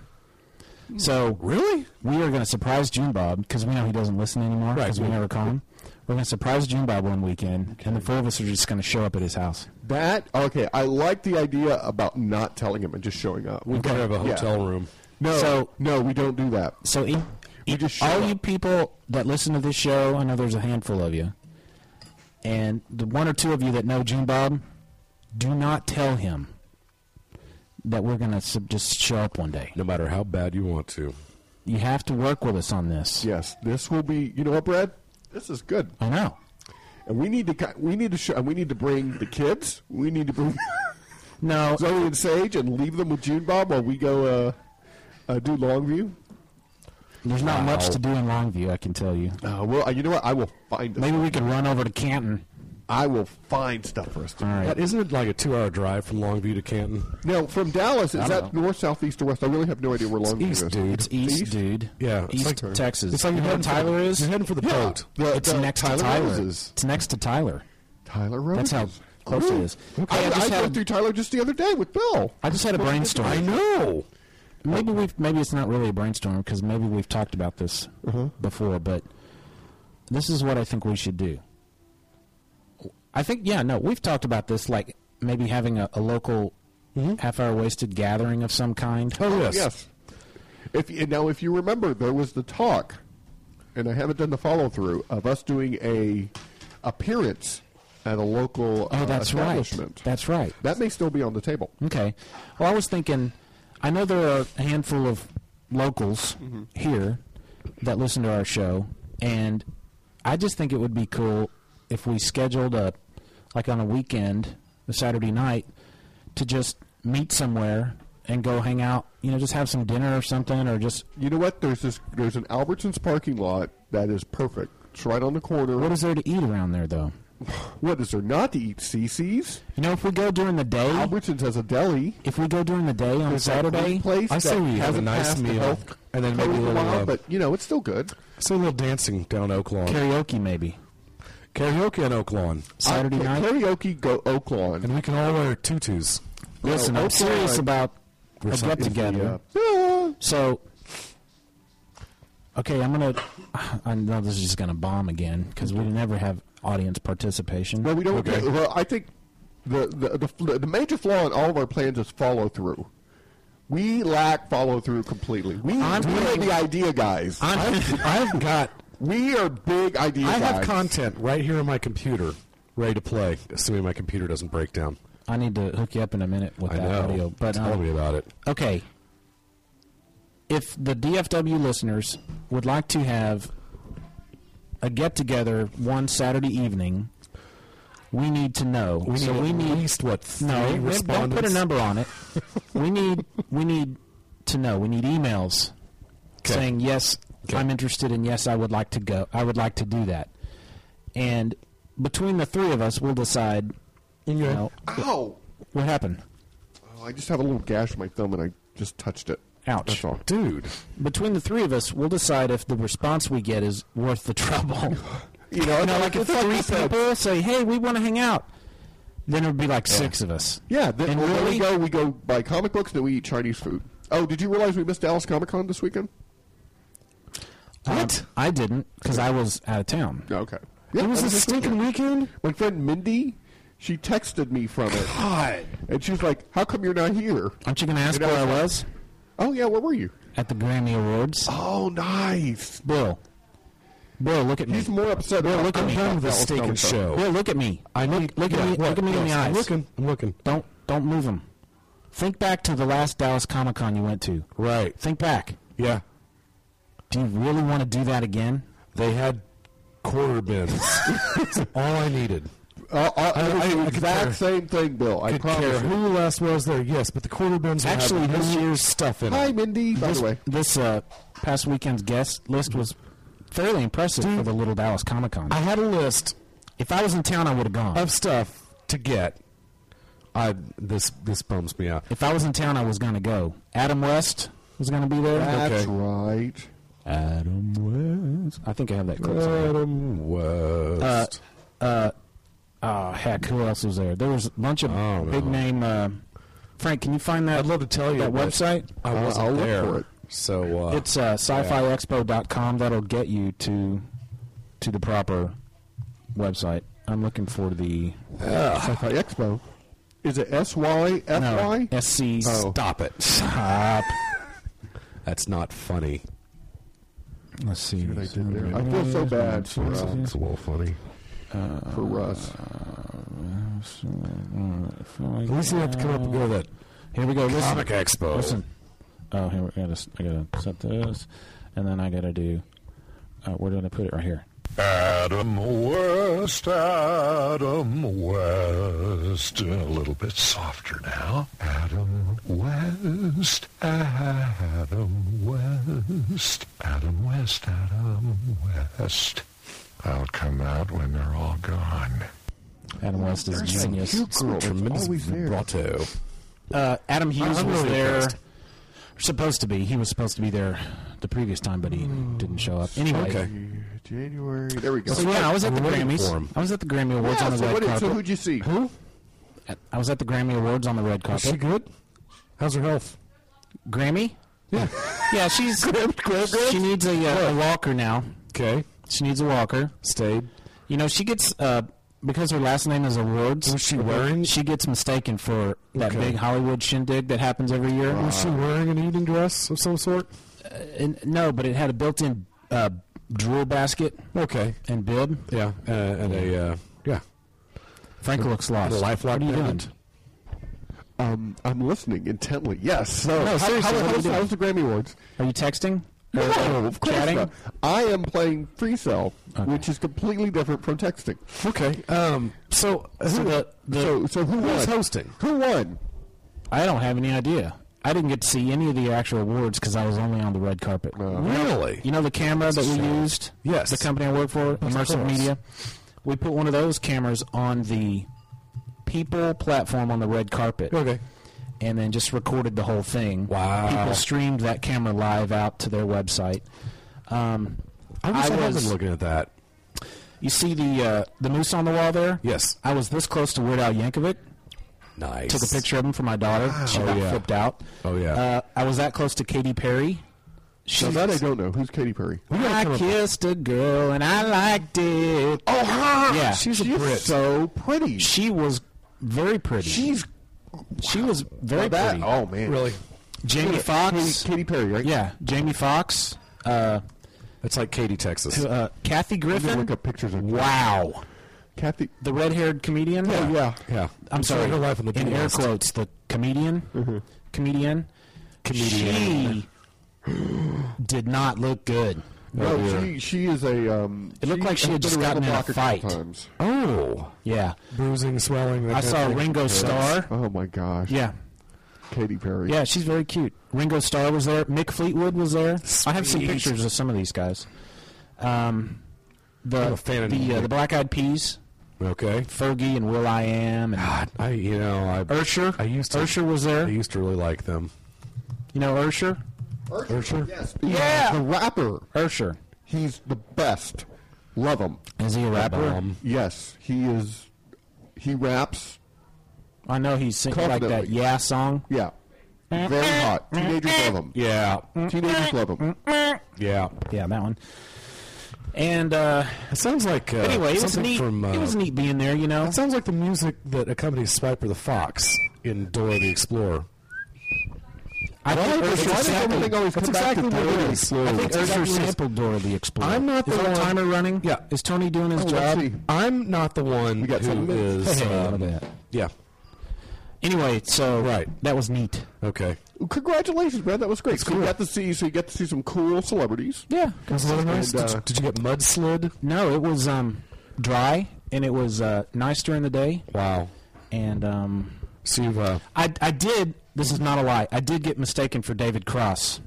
F: So
L: Hmm. Really?
F: we are going to surprise June Bob because we know he doesn't listen anymore because we
L: yeah.
F: never call him. We're going to surprise June Bob one weekend, and the four of us are just going to show up at his house.
H: That okay? I like the idea about not telling him and just showing up.
L: We gotta have a
H: Yeah.
L: hotel room.
H: No,
F: So-
H: no, we don't do that.
F: So, e-
H: We
F: e-
H: just show
F: all
H: up.
F: you people that listen to this show, I know there's a handful of you, and the one or two of you that know June Bob, do not tell him that we're going to sub- just show up one day.
L: No matter how bad you want to.
F: You have to work with us on this.
H: Yes, this will be. You know what, Brad? This is good,
F: I know.
H: and we need to. ki- We need to. Show, and we need to bring the kids. We need to bring
F: No,
H: Zoe and Sage and leave them with June Bob while we go uh, uh, do Longview.
F: there's not much
L: Wow.
F: to do in Longview, I can tell you.
H: Uh, well, uh, you know what? I will find. Us.
F: Maybe we could run over to Canton.
H: I will find stuff for us. To
F: All right.
L: But isn't it like a two-hour drive from Longview to Canton?
H: Now, from Dallas, is
F: I
H: that
F: don't
H: north, south, east, or west? I really have no idea where Longview
L: east,
H: is.
L: dude.
F: It's east,
H: East?
F: dude.
L: Yeah, it's
F: East
L: like-
F: Texas.
L: it's like
F: you know
L: you're heading for the-
F: where Tyler is?
L: you're heading for the
H: Yeah.
L: boat.
H: The-
F: it's
H: the
F: next
H: Tyler
F: to Tyler.
H: Roses.
F: It's next to Tyler.
H: Tyler Rose.
F: That's how close it is. Hey,
H: I,
F: I
H: I
F: just had
H: drove
F: a-
H: through Tyler just the other day with Bill.
F: I just had a brainstorm.
L: I know.
F: Maybe we've maybe it's not really a brainstorm because maybe we've talked about this
L: Uh-huh.
F: before, but this is what I think we should do. I think yeah, no, we've talked about this like maybe having a, a local half-hour wasted gathering of some kind.
L: Mm-hmm. Oh yes.
H: If and now, if you remember, there was the talk, and I haven't done the follow through of us doing a appearance at a local
F: Oh,
H: uh,
F: that's right.
H: establishment.
F: That's right.
H: That may still be on the table.
F: Okay. Well, I was thinking, I know there are a handful of locals
H: Mm-hmm.
F: here that listen to our show, and I just think it would be cool if we scheduled a, like on a weekend, a Saturday night, to just meet somewhere and go hang out. You know, just have some dinner or something, or just
H: You know what? There's this. There's an Albertsons parking lot that is perfect. It's right on the corner.
F: what is there to eat around there though?
H: what is there not to eat? CC's.
F: You know, if we go during the
L: Mm.
F: day,
H: Albertsons has a deli.
F: if we go during the day on
H: There's that
F: Saturday,
H: one place
L: I say
H: that
L: we have a
H: hasn't
L: nice
H: passed the
L: meal
H: health
L: and then maybe a
H: code in
L: little,
H: while,
L: uh,
H: but you know it's still good.
L: Say a little dancing down Oak Lawn.
F: karaoke maybe
L: karaoke on Oak Lawn.
F: Saturday
H: Uh,
F: night.
H: Karaoke go Oaklawn.
L: And we can all wear tutus.
F: Listen, I'm
H: Oak
F: serious
H: Lawn.
F: about
L: Or
F: a
L: something.
F: get together.
H: uh, Yeah.
F: So, okay, I'm gonna. I know this is just gonna bomb again because we never have audience participation.
H: Well, we don't.
L: Okay.
H: Well, I think the the, the the major flaw in all of our plans is follow through. We lack follow through completely. We, we are the idea guys.
E: I've, I've got.
H: We are big idea
E: I have
H: guys.
E: content right here on my computer, ready to play, assuming my computer doesn't break down.
F: I need to hook you up in a minute with
E: I
F: that
E: know.
F: audio. But um,
L: uh,
E: Tell me about it.
F: Okay. If the DFW listeners would like to have a get together one Saturday evening, we need to know.
E: We
F: so
E: need
F: we
E: at
F: need
E: least, what,
F: no.
E: three
F: we- Don't put a
E: respondents?
F: number on it. we need we need to know. We need emails saying yes, I'm interested, and yes, I would like to go. I would like to do that. And between the three of us, we'll decide. You know,
H: Ow!
F: what happened?
H: Oh, I just have a little gash on my thumb and I just touched it.
F: Ouch.
H: That's all.
E: Dude.
F: Between the three of us, we'll decide if the response we get is worth the trouble.
H: you know,
F: like if
H: it's like
F: three
H: I said.
F: people say, "Hey, we want to hang out," then it would be like six of us.
H: Yeah, then
F: And
H: well, there
F: really-
H: we go. We go buy comic books, then we eat Chinese food. Oh, did you realize we missed Dallas Comic Con this weekend?
F: What? I didn't because I was out of town.
H: Okay. Yeah,
F: it was
H: that
F: a
H: this
F: stinking weekend.
H: My friend Mindy, she texted me from it.
F: God.
H: And she was like, How come you're not here?
F: Aren't you going to ask where I was?
H: Oh, yeah, where were you?
F: At the Grammy Awards.
H: Oh, nice.
F: Bill. Bill, look at me.
H: He's more upset
F: Bill,
H: about
F: look at
H: I'm
F: me.
H: done with this
F: Dallas
H: steak and
F: Comic-Con.
H: show.
F: Bill, look at me. I look, look at
E: yeah,
F: me.
E: what?
F: Look at me in the
E: Yes,
F: eyes.
E: I'm looking, I'm looking.
F: Don't don't move them. Think back to the last Dallas Comic Con you went to.
E: Right.
F: Think back.
E: Yeah.
F: Do you really want to do that again?
E: They had quarter bins. That's all I needed.
H: Uh, uh,
E: I- I-
H: it was
E: I
H: the
E: could
H: exact
E: care-
H: same thing, Bill. I
E: Could
H: promise.
E: care
H: you.
E: who last was there, yes, but the quarter bins will have
F: Actually,
E: this
F: this-
E: year's stuff in
H: Hi,
E: it.
H: Mindy, by
F: this,
H: the way.
F: this uh, past weekend's guest list was fairly impressive for the Little Dallas Comic Con.
E: I had a list
F: If I was in town, I would have gone.
E: of stuff to get. I this this bums me out.
F: if I was in town, I was going to go. Adam West was going to be there.
H: That's
E: okay.
H: right.
F: Adam West. I think I have that clip. somewhere.
E: Adam
F: Uh,
E: West.
F: uh, oh heck, who else was there? There was a bunch of
E: Oh, no.
F: big name. Uh, Frank, can you find that?
E: I'd love to tell you
F: that
E: but
F: website.
E: I
H: I'll-
E: wasn't
H: I'll look
E: there,
H: for it.
E: so uh,
F: It's uh, scifiexpo.com. That'll get you to to the proper website. I'm looking for the Ah.
H: Sci-Fi Expo. Is it S Y F
F: no,
H: Y?
F: SC.
H: Oh.
E: Stop it.
F: Stop.
E: That's not funny.
F: Let's see.
H: I did there. I feel so bad for, uh,
E: It's a little funny.
H: for Russ.
F: Uh,
E: At least you have to come up and go to that
F: Here we go. Listen.
E: Comic Expo.
F: Listen. Oh, here we I gotta. I gotta set this, and then I gotta do. Uh, where did I put it? Right here.
M: Adam West, Adam West. A little bit softer now. Adam West, Adam West, Adam West, Adam West. I'll come out when they're all gone.
F: Adam West is a genius.
H: girl that's
E: tremendous
H: always there.
E: vibrato.
F: Uh, Adam Hughes
E: I'm
F: was
E: really
F: there.
E: impressed.
F: Supposed to be. He was supposed to be there the previous time, but he didn't show up. Anyway.
E: Okay.
H: January. There we go.
F: So yeah, I was at the
E: I'm waiting for
F: Grammys.
E: him.
F: I was at the Grammy Awards
H: Yeah,
F: on the
H: so,
F: red
H: what did-
F: carpet.
H: so who'd you see?
E: Who?
F: I was at the Grammy Awards on the red
E: Is she
F: carpet.
E: good? How's her health?
F: Grammy?
E: Yeah.
F: Yeah, she's she needs a, uh, a walker now.
E: Okay.
F: She needs a walker.
E: Stayed.
F: You know, she gets uh, because her last name is Awards.
E: Was she wearing-
F: She gets mistaken for that
E: Okay.
F: big Hollywood shindig that happens every year.
E: Was she wearing an evening dress of some sort?
F: And- no, but it had a built-in uh, drool basket
E: Okay.
F: and bib.
E: Yeah. Uh, and a uh, yeah.
F: Frank looks lost.
E: And a lifelock
F: What are you doing?
E: pendant.
H: Um, I'm listening intently. Yes. So,
F: No,
H: how,
F: seriously,
H: how,
F: what are you
H: how's,
F: doing?
H: how's the Grammy Awards?
F: Are you texting?
H: No, of course
F: chatting?
H: not. I am playing Free Cell, which is completely different from texting.
E: Okay. Um. So
F: So
E: who,
F: the- the-
H: so, so who
E: who's
H: won?
E: hosting?
H: Who won?
F: I don't have any idea. I didn't get to see any of the actual awards because I was only on the red carpet.
E: Really?
F: You know the camera that we used?
E: Yes.
F: The company I work for, Immersive
E: course.
F: Media. We put one of those cameras on the people platform on the red carpet.
E: Okay.
F: And then just recorded the whole thing.
E: Wow.
F: People streamed that camera live out to their website. Um,
E: I wish I, had
F: was-
E: been looking at that.
F: you see the uh, the moose on the wall there?
E: Yes.
F: I was this close to Weird Al Yankovic.
E: Nice.
F: Took a picture of him for my daughter. She
E: Oh,
F: got
E: yeah.
F: flipped out.
E: Oh, yeah.
F: Uh, I was that close to Katy Perry. She
H: So that I don't know. Who's Katy Perry?
F: I kissed a girl and I liked it.
H: Oh, her!
F: Yeah.
H: she's,
F: She's a Brit.
H: so pretty.
F: She was very pretty.
H: she's
F: she was very
H: that.
F: pretty.
H: Oh man,
E: Really?
F: Jamie
N: Yeah,
F: Foxx.
H: Katy Perry, right?
F: Yeah, Jamie Foxx. Uh,
N: it's like Katy, Texas.
F: Uh, Kathy Griffin.
H: look up pictures of
F: wow.
H: Kathy,
F: the red-haired comedian.
H: Yeah, yeah.
N: yeah.
F: I'm sorry.
N: Her life on the
F: in air
N: Beast.
F: quotes, the comedian, comedian,
N: Mm-hmm. Comedian.
F: She did not look good.
H: No, she she is a. Um,
F: Oh, It looked like she
H: has
F: had just
H: been around
F: gotten
H: the
F: in a
H: block couple
F: fight.
H: Times.
N: Oh,
F: yeah.
N: Bruising, swelling. that
F: I
N: kind
F: saw
N: of thing.
F: Ringo Starr.
H: Oh my gosh.
F: Yeah.
H: Katy Perry.
F: Yeah, she's very cute. Ringo Starr was there. Mick Fleetwood was there. I have some
N: Sweet.
F: pictures of some of these guys. Um, the
N: I'm a fan of
F: the, uh,
N: Mick.
F: the Black Eyed Peas.
N: Okay.
F: Fergie and Will I Am and
N: I, you know, I
F: Ursher.
N: I used to,
F: Ursher was there.
N: I used to really like them.
F: You know Ursher?
H: Ursher. Yes.
F: Yeah.
H: The rapper.
F: Ursher.
H: He's the best. Love him.
F: Is he a rapper?
H: Yes, he is. He raps.
F: I know he's singing like that
H: Confidently.
F: Yeah song.
H: Yeah. Very hot. Teenagers love him.
N: Yeah.
H: Teenagers love him.
N: Yeah.
F: Yeah, that one. And uh,
N: it sounds like uh,
E: Oh,
F: anyway, it was
N: something
F: neat.
N: from, uh,
F: it was neat being there, you know.
N: It sounds like the music that accompanies Swiper the Fox in Dora the Explorer.
F: I
N: Why
F: think
N: does-
F: Ursher
N: why does
F: sampled-
N: everything always
F: that's
N: come back to
F: exactly what
N: Dora
F: it
N: the
F: is.
N: Explorer?
F: I think
N: It's
F: Ursher
N: actually-
F: sampled Dora the Explorer.
N: I'm not
F: is
N: the
F: our
N: one-
F: timer running. Yeah, is Tony doing his
N: Oh, let's
F: job?
N: see. I'm not the one
F: got seven
N: who
F: minutes.
N: is.
F: Hey, hey,
N: um,
F: look at that.
N: yeah.
F: Anyway, so
N: Right.
F: that was neat.
N: Okay.
H: Congratulations, man. That was great. So you got to see. So you got to see some cool celebrities.
F: Yeah,
N: Was it nice?
H: And,
N: Did-
H: uh,
N: did you get mudslid?
F: No, it was um, dry and it was uh, nice during the day.
N: Wow.
F: And um,
N: So you've, uh,
F: I I did. This is not a lie. I did get mistaken for David Cross.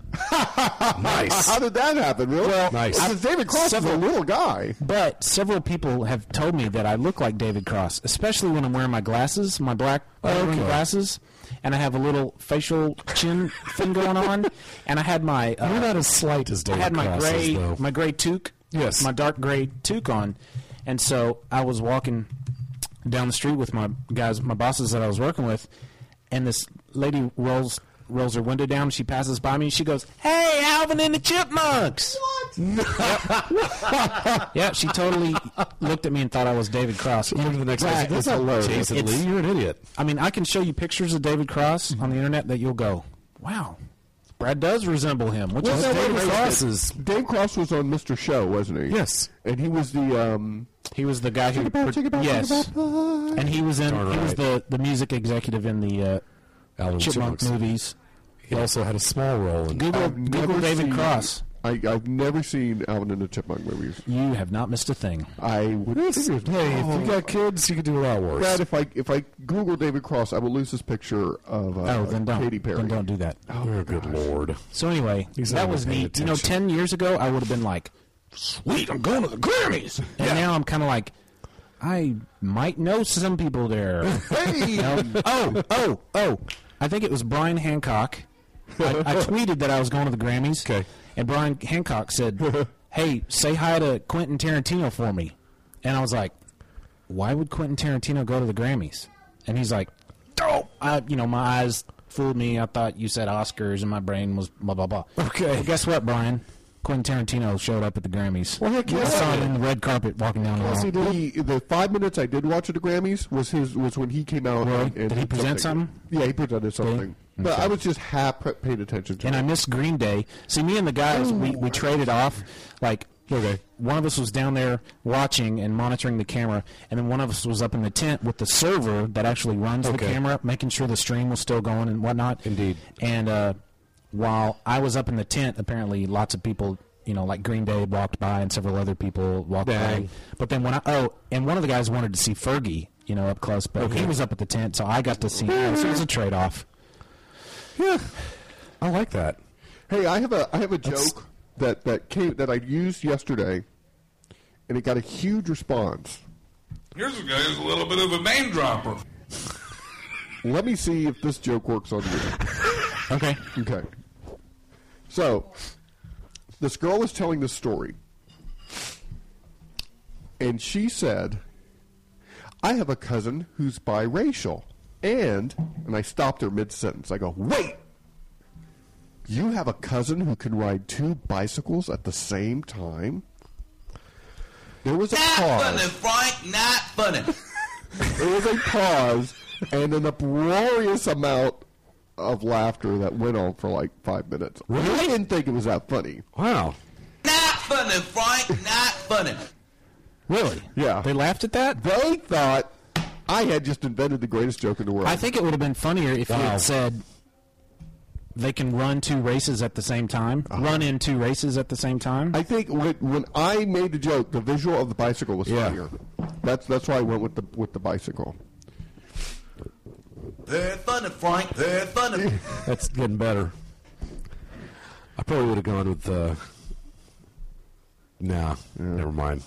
N: nice.
H: How did that happen, really? Well,
N: Nice.
H: Because David Cross is a little guy.
F: But several people have told me that I look like David Cross, especially when I'm wearing my glasses, my black Iron
N: Oh, okay.
F: glasses, and I have a little facial chin thing going on, and I had my uh,
N: You're not as slight as
F: I
N: David
F: had my
N: Cross is,
F: gray
N: though.
F: my gray toque,
N: Yes.
F: my dark gray toque on, and so I was walking down the street with my guys, my bosses that I was working with, and this lady rolls rolls her window down. She passes by me. and She goes, "Hey, Alvin and the Chipmunks." What? yeah, she totally looked at me and thought I was David Cross.
N: Look at the next
F: Right.
N: one. That's
F: It's-
N: not
F: it's-
N: Jason
F: it's-
N: Lee. Mm-hmm. You're an idiot.
F: I mean, I can show you pictures of David Cross on the internet that you'll go, "Wow, Brad does resemble him." Which
H: Well,
F: is
H: that
F: David
H: was-
F: Cross is
H: Dave Cross was on Mr. Show, wasn't he?
N: Yes.
H: And he was the um.
F: He was the guy who pro-
H: Chicka-bow, chicka-bow,
F: yes,
H: chicka-bow.
F: and he was in.
N: Darn
F: He was
N: right. Oh,
F: the, the music executive in the uh,
N: Alvin
F: Chipmunk
N: Chipmunks.
F: movies.
N: He also had a small role in Um,
F: Google
H: I've
F: Google
H: never
F: David
H: seen-
F: Cross.
H: I, I've never seen Alvin and the Chipmunk movies.
F: You have not missed a thing.
H: I would.
N: Hey, if you got kids, you could do a lot worse.
H: Brad, if I if I Google David Cross, I will lose this picture of uh,
F: Oh, then don't.
H: Katy Perry.
F: Then don't do that.
N: oh, good lord.
F: So anyway,
N: He's not
F: that
N: even
F: was
N: paying
F: neat. You know,
N: attention.
F: ten years ago, I would have been like,
N: Wait, I'm going to the Grammys.
F: and now I'm kind of like, I might know some people there.
H: Hey!
F: Um, oh, oh, oh! I think it was Brian Hancock. I, I tweeted that I was going to the Grammys.
N: Okay.
F: And Brian Hancock said, "Hey, say hi to Quentin Tarantino for me." And I was like, "Why would Quentin Tarantino go to the Grammys?" And he's like, "Oh, I, you know, my eyes fooled me. I thought you said Oscars, and my brain was blah blah blah."
N: Okay.
F: Well, guess what, Brian? Quentin Tarantino showed up at the Grammys.
H: Well, heck yeah.
F: I saw him in the red carpet walking down the
H: Plus,
F: hall.
H: he did- the, the five minutes I did watch at the Grammys was his was when he came out. and, and
F: Did he present something?
H: Yeah, he presented something. But I was just half pre- paying attention to.
F: and
H: it.
F: I missed Green Day. See, me and the guys, we, we traded off. Like, one of us was down there watching and monitoring the camera, and then one of us was up in the tent with the server that actually runs the
N: Okay.
F: camera, making sure the stream was still going and whatnot.
N: Indeed.
F: And uh, while I was up in the tent, apparently lots of people, you know, like Green Day walked by and several other people walked
N: Dang.
F: by. But then when I, oh, and one of the guys wanted to see Fergie, you know, up close, but he was up at the tent, so I got to see him. So it was a trade off.
N: Yeah. I like that.
H: Hey, I have a I have a joke that that came that I used yesterday, and it got a huge response.
O: Here's a guy who's a little bit of a name dropper.
H: Let me see if this joke works on you.
F: Okay.
H: Okay. So, this girl was telling this story, and she said, "I have a cousin who's biracial," and and I stopped her mid sentence. I go, "Wait." You have a cousin who can ride two bicycles at the same time? There was a pause.
O: Frank. Not funny.
H: There was a pause and an uproarious amount of laughter that went on for like five minutes. I didn't think it was that funny.
P: Wow.
Q: Not funny, Frank. Not funny.
H: Really? Yeah. They
P: laughed at that?
H: They thought I had just invented the greatest joke in the world.
F: I think it would have been funnier if you
H: Wow.
F: had said they can run two races at the same time.
N: Uh-huh.
F: Run in two races at the same time.
H: I think when, when I made the joke, the visual of the bicycle was
F: Yeah.
H: funnier. That's that's why I went with the with the bicycle.
Q: Very funny, Frank. Very funny.
E: That's getting better. I probably would have gone with. Uh, nah, never mind.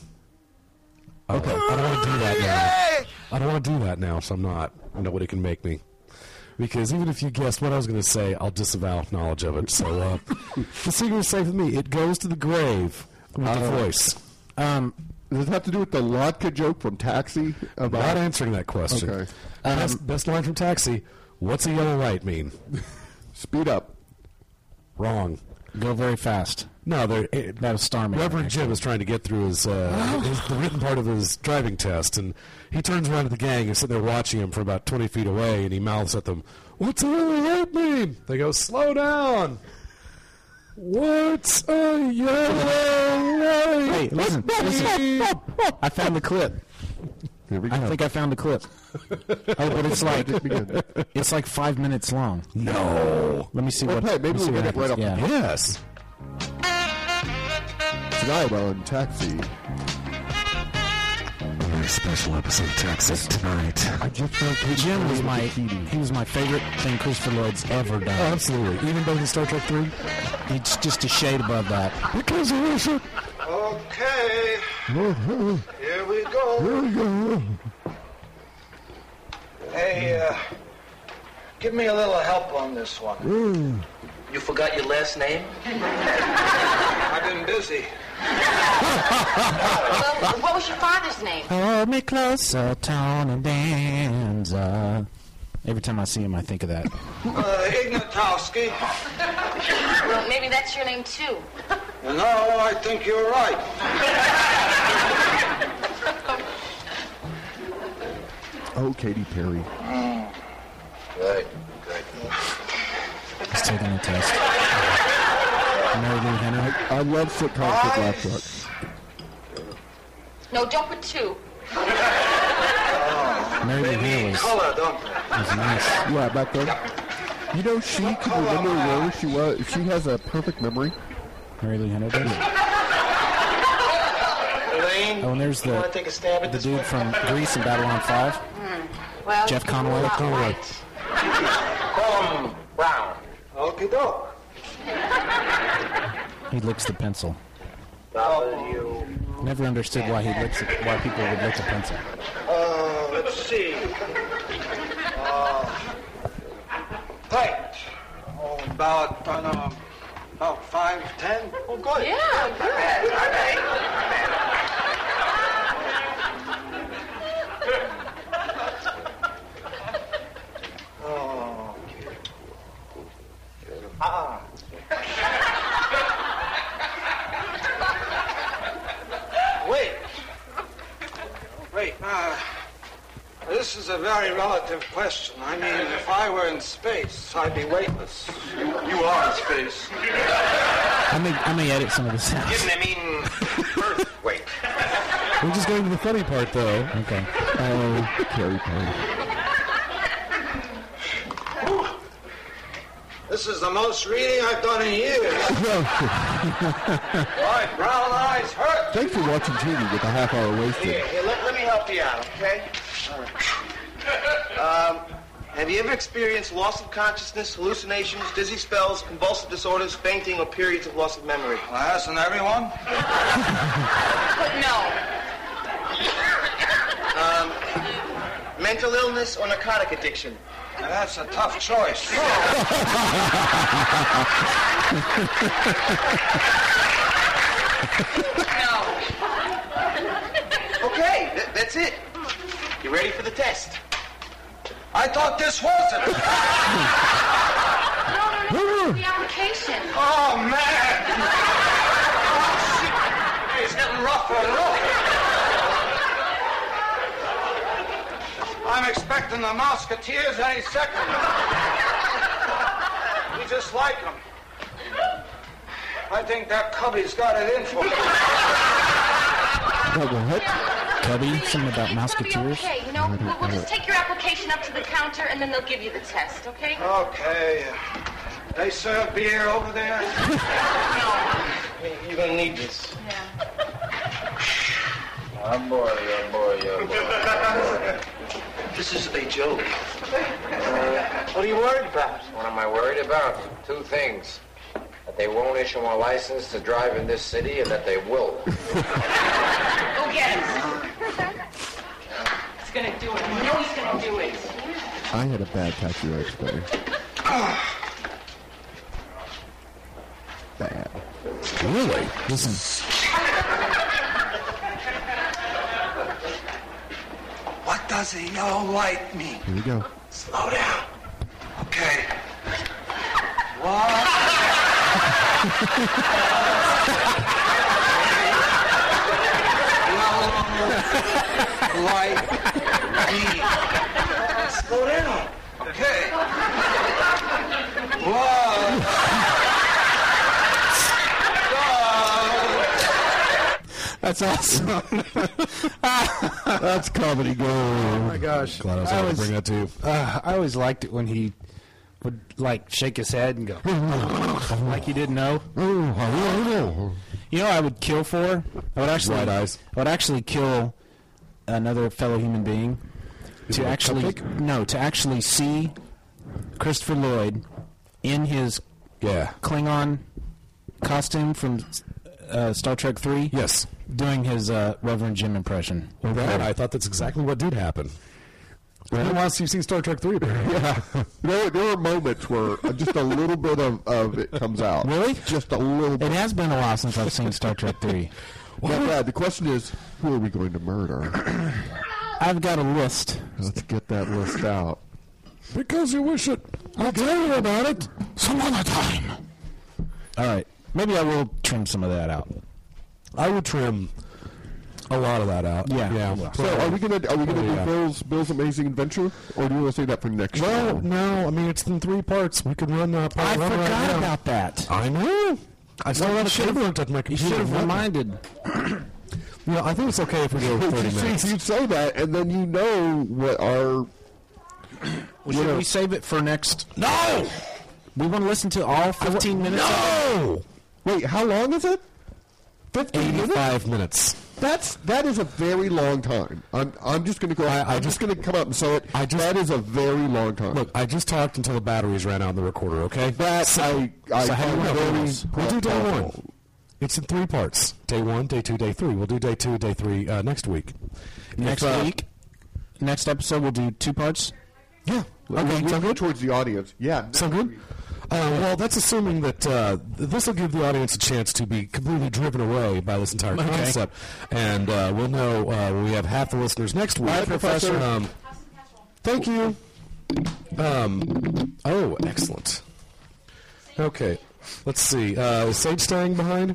E: Okay, I don't want to do that now. I don't want to do that now, so I'm not. Nobody can make me. Because even if you guessed what I was going to say, I'll disavow knowledge of it. So uh, the secret is safe with me. It goes to the grave with the voice.
H: Um, does it have to do with the Lotka joke from Taxi? About
E: Not answering that question.
H: Okay.
E: best, best line from Taxi. What's a yellow light mean?
H: Speed up.
E: Wrong.
F: Go very fast.
E: No, there. It,
F: that was Starman.
E: Reverend Jim is trying to get through his,
F: Oh.
E: uh, his the written part of his driving test, and he turns around to the gang and sitting there watching him from about twenty feet away, and he mouths at them, "What's a yellow light mean?" They go, "Slow down." What's a yellow light?
F: Hey, listen, listen. I found the clip. I think I found the clip. Oh, but it's like it's like five minutes long.
E: No.
F: Let me see
H: Well,
F: what.
H: Oh, hey, maybe
F: let me see
H: we'll
F: what
H: get it right
F: happens.
H: off the-
F: Yeah.
E: Yes.
H: Tonight on Taxi.
E: Very special episode Texas tonight.
F: I
H: just
F: Jim was my he was my favorite thing Christopher Lloyd's ever done.
E: absolutely, even better than Star Trek Three.
F: It's just a shade above that.
E: Because of Russia.
K: Okay, here we go. Hey, uh, give me a little help on this one. Hmm.
R: You forgot your last name?
K: I've been busy.
I: Well, what was your father's name?
F: Hold me closer, Tony Danza. Every time I see him, I think of that.
K: Uh, Ignatowski.
I: Well, maybe that's your name too.
K: No, I think you're right.
H: Oh, Katy Perry.
K: Good, good.
F: He's taking a test. Mary Lou Henner.
H: I love sitcoms with laugh tracks.
I: No, don't put two.
F: Mary Lou Henner was,
K: Color, don't
F: was nice.
H: Yeah, back there. You know, she can remember where she was. She has a perfect memory.
F: Mary Lou Henner. did it.
K: Elaine,
F: Oh, and there's
K: you
F: the
K: want to take a stab at
F: the
K: this
F: dude from Greece and Babylon Five.
I: Hmm. Well,
F: Jeff Conway.
I: not
F: Conway.
I: right.
K: Colm Brown. Okie doke.
F: He licks the pencil.
K: W.
F: Never understood why he licks it, why people would lick a pencil.
K: Uh, let's see. Uh, tight. Oh, about, uh, I don't know, about five, ten? Oh, good.
I: Yeah, good.
K: All right. Oh. Ah. Wait. Wait. Uh, this is a very relative question. I mean, if I were in space, I'd be weightless. You, you are in space.
F: I may I may edit some of this out.
K: I mean, Earth weight.
E: We're just going to the funny part, though.
F: Okay.
H: Oh, Katy Perry.
K: This is the most reading I've done in years. My brown eyes hurt.
H: Thanks for watching TV with a half hour wasted.
K: Here, here, let, let me help you out, okay? All right. Um, have you ever experienced loss of consciousness, hallucinations, dizzy spells, convulsive disorders, fainting, or periods of loss of memory? Well, hasn't everyone?
I: But no.
K: Um, mental illness or narcotic addiction? that's a tough choice. okay, th- that's it. You ready for the test? I thought this was it.
I: No, no, no. The application.
K: Oh, man. Oh, It's getting rougher and rougher. I'm expecting the Mouseketeers any second.
I: looking just like him. I think that cubby's got it in for him.
F: What? what? Cubby? Something about musketeers?
S: Okay, you know, we'll, we'll just take your application up to the counter and then they'll give you the test, okay?
I: Okay. They serve beer over there? You're gonna need this.
T: Oh boy, oh boy, oh boy. this is a joke.
I: What are you worried about?
T: What am I worried about? Two things. That they won't issue a license to drive in this city and that they will.
S: Go get him. He's gonna do it. You know he's gonna do it.
H: I had a bad tattoo expert. Bad.
U: Really? Listen.
K: What does a yellow light mean?
H: Here we go.
K: Slow down. Okay. What? yellow light means. Slow down. Okay.
U: That's awesome.
H: That's comedy gold. Oh
F: my gosh.
E: Glad I was able to bring that to you.
F: Uh, I always liked it when he would like shake his head and go like he didn't know.
E: Oh,
F: You know, what I would kill for. I would actually.
E: Wide eyes.
F: I would actually kill another fellow human being
E: Is it
F: to
E: a
F: actually
E: cupcake?
F: no to actually see Christopher Lloyd in his
E: yeah
F: Klingon costume from uh, Star Trek Three.
E: Yes,
F: doing his uh, Reverend Jim impression.
E: Well, that, I thought that's exactly what did happen. I don't want to see Star Trek 3.
H: Yeah. There, there are moments where just a little bit of, of it comes out. Really? Just a little bit.
F: It has been a while since I've seen Star Trek 3.
H: Well, yeah, the question is, who are we going to murder?
F: I've got a list.
H: Let's get that list out.
E: Because you wish it. I'll tell you about it some other time.
F: All right. Maybe I will trim some of that out.
E: I would trim a lot of that out.
F: Yeah.
E: Yeah.
H: So are we gonna are we gonna
E: Oh,
H: do
E: yeah.
H: Bill's Bill's Amazing Adventure, or do you want to save that for next
E: Well,
H: year?
E: no, I mean it's in three parts. We could run that.
F: I
E: run
F: forgot
E: right now.
F: about that.
E: I know. I still
F: you
E: haven't
F: should've-
E: should've looked at my
F: You
E: computer.
F: should have reminded.
E: Yeah, I think it's okay if we go with
H: You
E: thirty
H: see,
E: minutes.
H: you say that, and then you know what our
F: Should we save it for next?
E: No,
F: We want to listen to all 15 minutes.
E: no.
H: wait. How long is it? Fifteen minutes.
E: Eighty-five minutes.
H: That's that is a very long time. I'm I'm just gonna go. I, am just, gonna come out and say it.
E: I just-
H: that is a very long time.
E: Look, I just talked until the batteries ran out in the recorder. Okay.
H: that I I
E: so how do
H: find
E: we
H: very
E: We'll do day
H: uncomfortable.
E: one. It's in three parts. Day one, day two, day three. We'll do day two, day three uh, next week.
F: Next
E: If, uh,
F: week, next episode, we'll do two parts.
E: Yeah.
H: We-
E: Okay.
H: we
E: sound
H: go
E: good.
H: towards the audience. Yeah.
E: Sound good. Uh, well, that's assuming that uh, this will give the audience a chance to be completely driven away by this entire
F: Okay.
E: concept, and uh, we'll know uh, when we have half the listeners next week.
H: Bye, Professor.
E: Um, thank you. Um, oh, excellent. Okay, let's see. Uh, is Sage staying behind?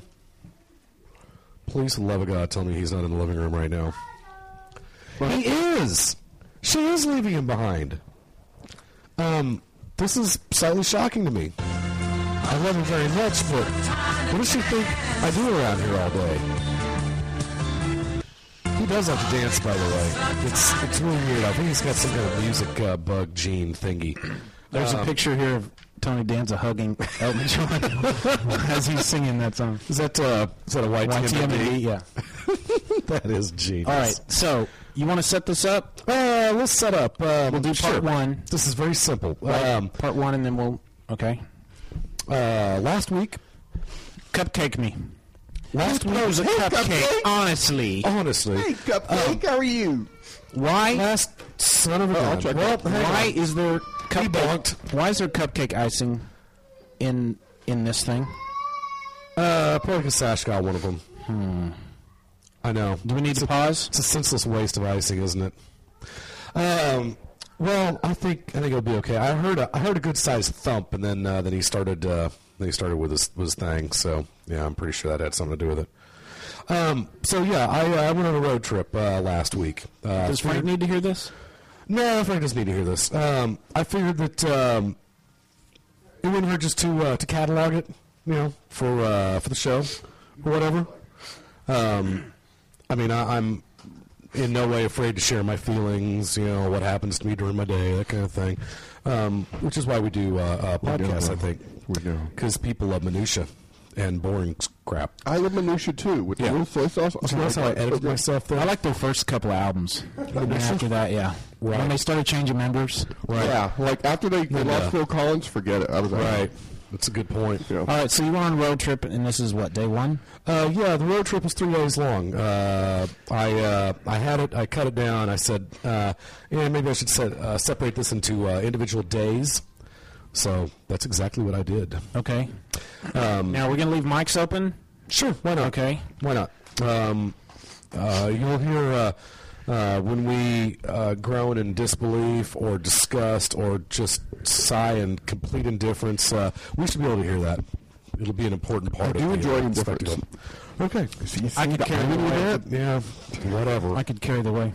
E: Please, for the love of God, tell me he's not in the living room right now. He is. She is leaving him behind. Um, this is slightly shocking to me. I love her very much, but what does she think I do around here all day? He does have to dance, by the way. It's it's really weird. I think he's got some kind of music uh, bug gene thingy.
F: There's a
E: Um,
F: picture here of Tony Danza hugging Elton John as he's singing that song.
E: Is that uh, is that a white
F: YTMD, yeah.
E: That is genius.
F: All right, so you want to set this up?
E: Uh, let's set up. Uh,
F: We'll do part one.
E: This is very simple. Um,
F: part one, and then we'll. Okay.
E: uh, last week,
F: Cupcake me.
E: last week
F: Throws a cupcake. Honestly,
E: Honestly,
H: Hey, cupcake, how are you?
F: why? Oh,
E: last son of a
H: I'll
E: gun.
H: check
E: well,
H: that.
E: hang on.
F: Why is there
E: bonked.
F: cupcake? Why is there cupcake icing in in this thing?
E: Uh, probably 'cause Sash got one of them. Hmm. I know.
F: Do we need to pause?
E: It's a senseless waste of icing, isn't it? Um, well, I think I think it'll be okay. I heard a, I heard a good sized thump, and then uh, then he started uh, then he started with his with his thing. So yeah, I'm pretty sure that had something to do with it. Um, so yeah, I, uh, I went on a road trip uh, last week. Uh,
F: Does Frank need to hear this?
E: No, Frank doesn't need to hear this. Um, I figured that um, it wouldn't hurt just to uh, to catalog it, you know, for uh, for the show or whatever. Um, I mean, I, I'm in no way afraid to share my feelings, you know, what happens to me during my day, that kind of thing. Um, which is why we do uh, uh, podcasts, I think,
H: we do
E: because people love minutia and boring s- crap.
H: I love minutia too with
E: Yeah.
H: a little soy sauce.
E: So that's how I edited myself. There,
F: I like their first couple of albums. And then after that, yeah. When they started changing members.
H: Yeah, like after they, they
F: Yeah.
H: lost Phil Collins, forget it. I was like,
F: Right.
E: That's a good point.
H: You know.
F: All right, so you were on a road trip, and this is what day one.
E: Uh, yeah, the road trip was three days long. Uh, I uh, I had it. I cut it down. I said, uh, yeah, maybe I should set, uh, separate this into uh, individual days. So that's exactly what I did.
F: Okay.
E: Um,
F: now we're gonna leave mics open.
E: Sure. Why not?
F: Okay.
E: Why not? Um, uh, you'll hear uh, uh, when we uh, groan in disbelief or disgust or just sigh in complete indifference. Uh, we should be able to hear that. It'll be an important part.
H: I do
E: of
H: enjoy
E: the, uh,
H: indifference.
E: spectacle.
H: Okay.
E: I could carry the weight.
H: Yeah, whatever. I
F: could carry the way.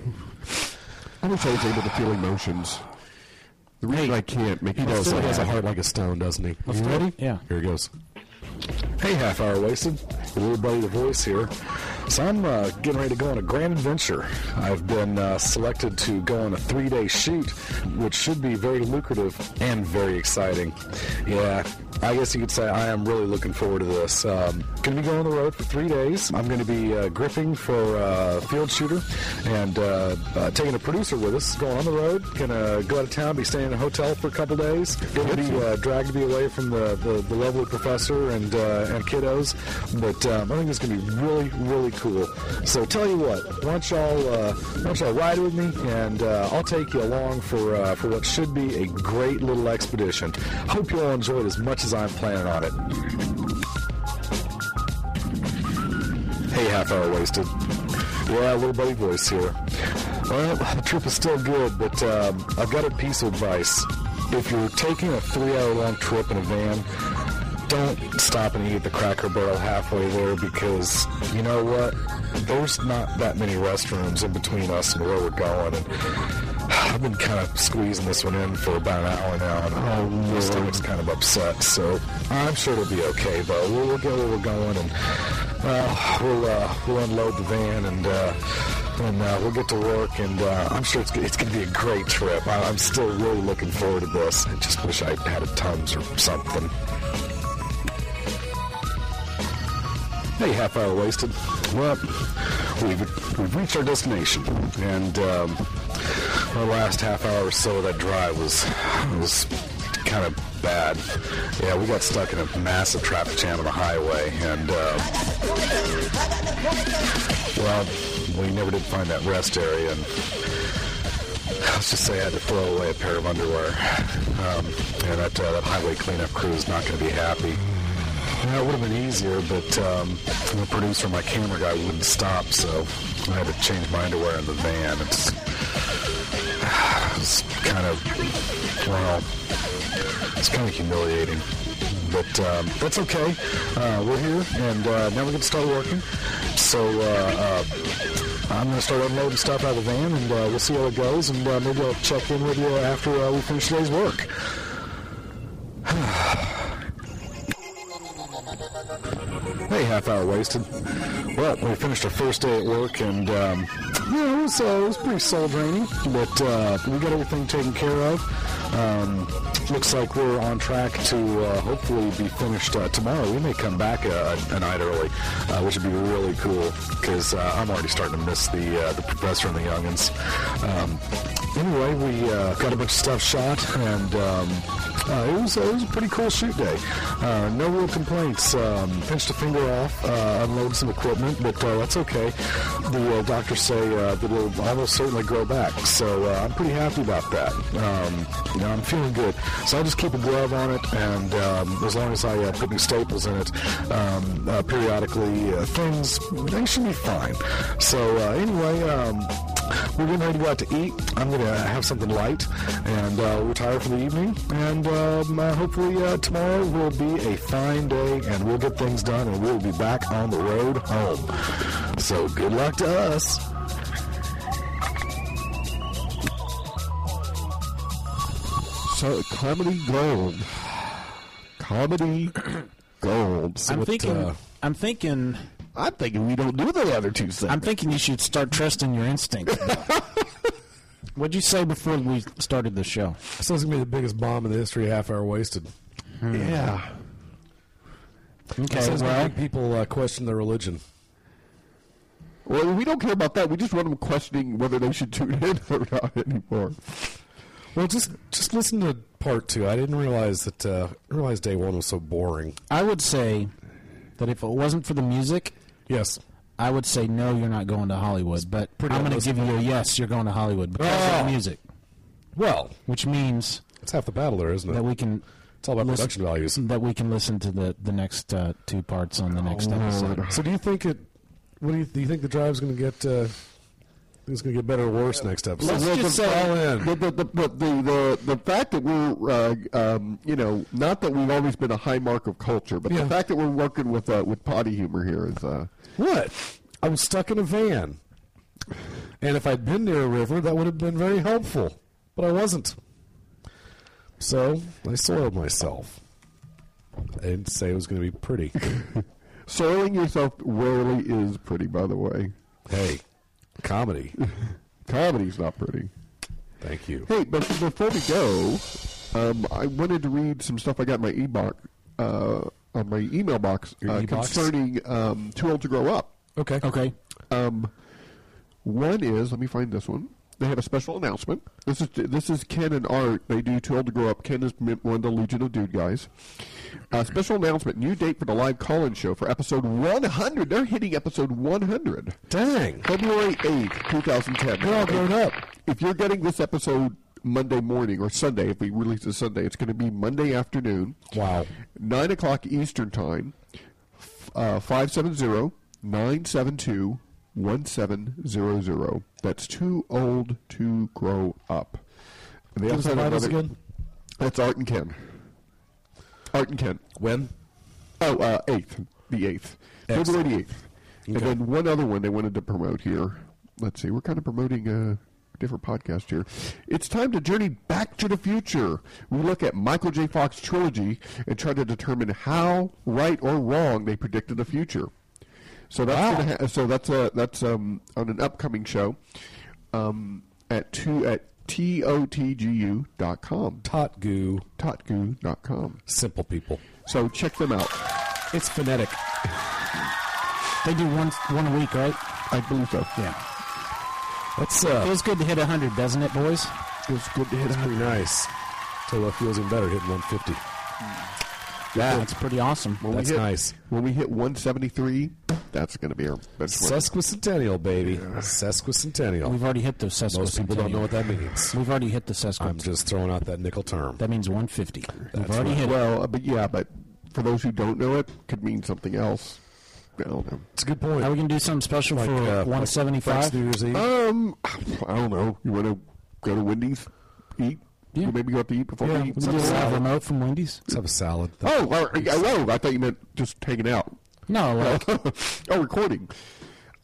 H: I wish I was able to feel emotions. The reason I can't make
E: He
H: it
E: does.
H: so
E: He has a
H: bad.
E: heart like a stone, doesn't he?
H: Let's
E: you
H: do it.
E: ready?
F: Yeah.
E: Here he goes. Hey, half hour wasted. A little buddy the voice here. So I'm uh, getting ready to go on a grand adventure. I've been uh, selected to go on a three-day shoot, which should be very lucrative and very exciting. Yeah, I guess you could say I am really looking forward to this. Um, going to be going on the road for three days. I'm going to be uh, gripping for uh, field shooter and uh, uh, taking a producer with us. Going on the road. Going to go out of town. Be staying in a hotel for a couple days. Going to be uh, dragged to be away from the, the, the lovely professor and uh, and kiddos. But um, I think it's going to be really really cool. So tell you what, why don't y'all uh, why don't y'all ride with me and uh, I'll take you along for uh, for what should be a great little expedition. Hope you all enjoy it as much as I'm planning on it. Hey, half hour wasted. Yeah, little buddy voice here. Well, the trip is still good, but um, I've got a piece of advice. If you're taking a three-hour-long trip in a van, don't stop and eat at the Cracker Barrel halfway there because you know what? There's not that many restrooms in between us and where we're going, and I've been kind of squeezing this one in for about an hour now, and my stomach's kind of upset. So I'm sure it'll be okay, though. We'll, we'll get where we're going, and well, we'll uh, we'll unload the van and uh, and uh, we'll get to work. And uh, I'm sure it's, it's going to be a great trip. I, I'm still really looking forward to this. I just wish I had a Tums or something. Hey, half hour wasted. Well, we've, we've reached our destination, and um, the last half hour or so of that drive was was kind of bad. Yeah, we got stuck in a massive traffic jam on the highway, and uh, well, we never did find that rest area. And let's just say I had to throw away a pair of underwear. Um, yeah, that uh, that highway cleanup crew is not going to be happy. Yeah, it would have been easier, but um, the producer, my camera guy, wouldn't stop, so I had to change my underwear in the van. It's, it's kind of, well, it's kind of humiliating. But um, that's okay. Uh, we're here, and uh, now we can start working. So uh, uh, I'm going to start unloading stuff out of the van, and uh, we'll see how it goes, and uh, maybe I'll check in with you after uh, we finish today's work. Hey, half hour wasted. Well, we finished our first day at work, and um, yeah, it was, uh, it was pretty soul draining, but uh, we got everything taken care of. Um, looks like we're on track to uh, hopefully be finished uh, tomorrow. We may come back a, a night early, uh, which would be really cool because uh, I'm already starting to miss the uh, the professor and the youngins. Um, anyway, we uh, got a bunch of stuff shot, and um, uh, it was it was a pretty cool shoot day. Uh, no real complaints. Um, pinched a finger off, uh, unloaded some equipment, but uh, that's okay. The uh, doctors say uh, that it'll almost certainly grow back, so uh, I'm pretty happy about that. Um, you know, I'm feeling good, so I just keep a glove on it, and um, as long as I uh, put new staples in it um, uh, periodically, uh, things they should be fine. So uh, anyway. Um, we're getting ready to go out to eat. I'm going to have something light and uh, retire for the evening. And um, uh, hopefully uh, tomorrow will be a fine day and we'll get things done and we'll be back on the road home. So good luck to us.
H: So comedy gold. Comedy gold.
F: I'm thinking.
E: uh,
F: I'm thinking.
H: I'm thinking we don't do the other two things.
F: I'm thinking you should start trusting your instincts. What'd you say before we started the show?
E: This is gonna be the biggest bomb in the history of half hour wasted.
H: Yeah.
E: Okay.
H: Okay,
E: This is gonna
H: well-
E: make people uh, question their religion.
H: Well, we don't care about that. We just want them questioning whether they should tune in or not anymore.
E: Well, just just listen to part two. I didn't realize that. Uh, I realized day one was so boring.
F: I would say that if it wasn't for the music,
E: yes,
F: I would say no. You're not going to Hollywood, but
E: pretty
F: I'm going to give
E: unlistenable.
F: you a yes. You're going to Hollywood because of
E: Oh.
F: the music.
E: Well,
F: which means
E: it's half the battle there, isn't it?
F: That we can.
E: It's all about production values.
F: That we can listen to the the next uh, two parts
E: Oh,
F: on the next
H: Mm-hmm.
F: episode.
E: So do you think it? What do you, do you think the drive's going to get? Uh, think it's going to get better or worse next episode.
H: Well, the, the, the, the, the, the, the fact that we're, uh, um, you know, not that we've always been a high mark of culture, but
E: Yeah.
H: the fact that we're working with uh, with potty humor here is. Uh,
E: What? I was stuck in a van, and if I'd been near a river, that would have been very helpful. But I wasn't, so I soiled myself. I didn't say it was going to be pretty.
H: soiling yourself rarely is pretty, by the way.
E: Hey, comedy.
H: Comedy's not pretty.
E: Thank you.
H: Hey, but before we go, um, I wanted to read some stuff I got in my e-box, uh, on my email box
E: Your
H: uh,
E: e-box?
H: concerning um, Too Old to Grow Up.
E: Okay.
F: Okay.
H: Um, one is, let me find this one. They have a special announcement. This is this is Ken and Art. They do Too Old to Grow Up. Ken is m- one of the Legion of Dude guys. Uh, special announcement: new date for the live call-in show for episode 100. They're hitting episode 100.
E: Dang!
H: February 8th, 2010. They're all grown
E: up.
H: If you're getting this episode Monday morning or Sunday, if we release it Sunday, it's going to be Monday afternoon.
E: Wow.
H: Nine o'clock Eastern time. f- Uh, 570-972-1700. That's too old to grow up. And
E: Give us the
H: have
E: titles
H: another-
E: again?
H: That's Art and Ken. Art and Ken.
E: When?
H: Oh, uh, 8th. The 8th. February the 8th. And then one other one they wanted to promote here. Let's see. We're kind of promoting a different podcast here. It's time to journey back to the future. We look at Michael J. Fox trilogy and try to determine how right or wrong they predicted the future. So that's gonna ha- so that's uh, that's um, on an upcoming show um, at two at totgu dot com
E: totgu
H: totgu dot com
E: simple people.
H: So check them out.
F: It's phonetic. They do one one a week, right?
H: I believe so.
F: Yeah.
E: That's uh,
F: feels good to hit hundred, doesn't it, boys?
H: Feels good to
E: hit. It's pretty nice. Tell you what feels even better hitting 150.
F: Yeah, that's pretty awesome.
H: When
E: That's
H: we hit,
E: nice.
H: When we hit 173, that's going to be our best one.
E: Sesquicentennial, baby. Sesquicentennial.
F: We've already hit the sesquicentennial.
E: Most people don't know what that means.
F: We've already hit the sesquicentennial.
E: I'm just throwing out that nickel term.
F: That means 150. We've
E: That's
F: already
E: right.
F: hit. it.
H: Well, uh, but yeah, but for those who don't know it, could mean something else. I don't know.
E: It's a good point. uh,
F: Are we gonna do something special for Oh, 175?
H: Um, I don't know. You want to go to Wendy's, eat? You maybe go out to eat before
E: Yeah,
H: we eat?
E: let's have a salad.
F: remote from Wendy's.
E: Let's have a salad.
H: Oh, or, yeah, whoa, I thought you meant just hanging out.
F: No,
H: oh, recording.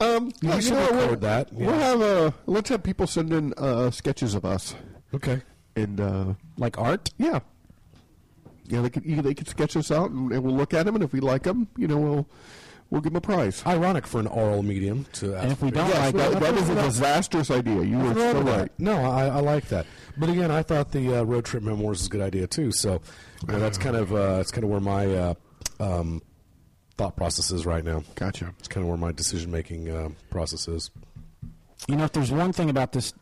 H: Um,
E: You
H: yeah,
E: should
H: know what,
E: record that,
H: We'll
E: yeah.
H: have uh, let's have people send in uh, sketches of us.
E: Okay.
H: And uh,
F: like art.
H: Yeah. Yeah, they could they could sketch us out, and, and we'll look at them, and if we like them, you know, we'll we'll give them a prize.
E: Ironic for an oral medium to ask.
F: And if we don't like
H: Yes, that,
F: it,
H: that is a disastrous idea. You were
E: Nothing wrong
H: so
E: with that.
H: right.
E: No, I, I like that. But again, I thought the uh, road trip memoirs was a good idea too. So you know, that's kind of uh, that's kind of where my uh, um, thought process is right now.
H: Gotcha.
E: It's kind of where my decision making uh, process is.
F: You know, if there's one thing about this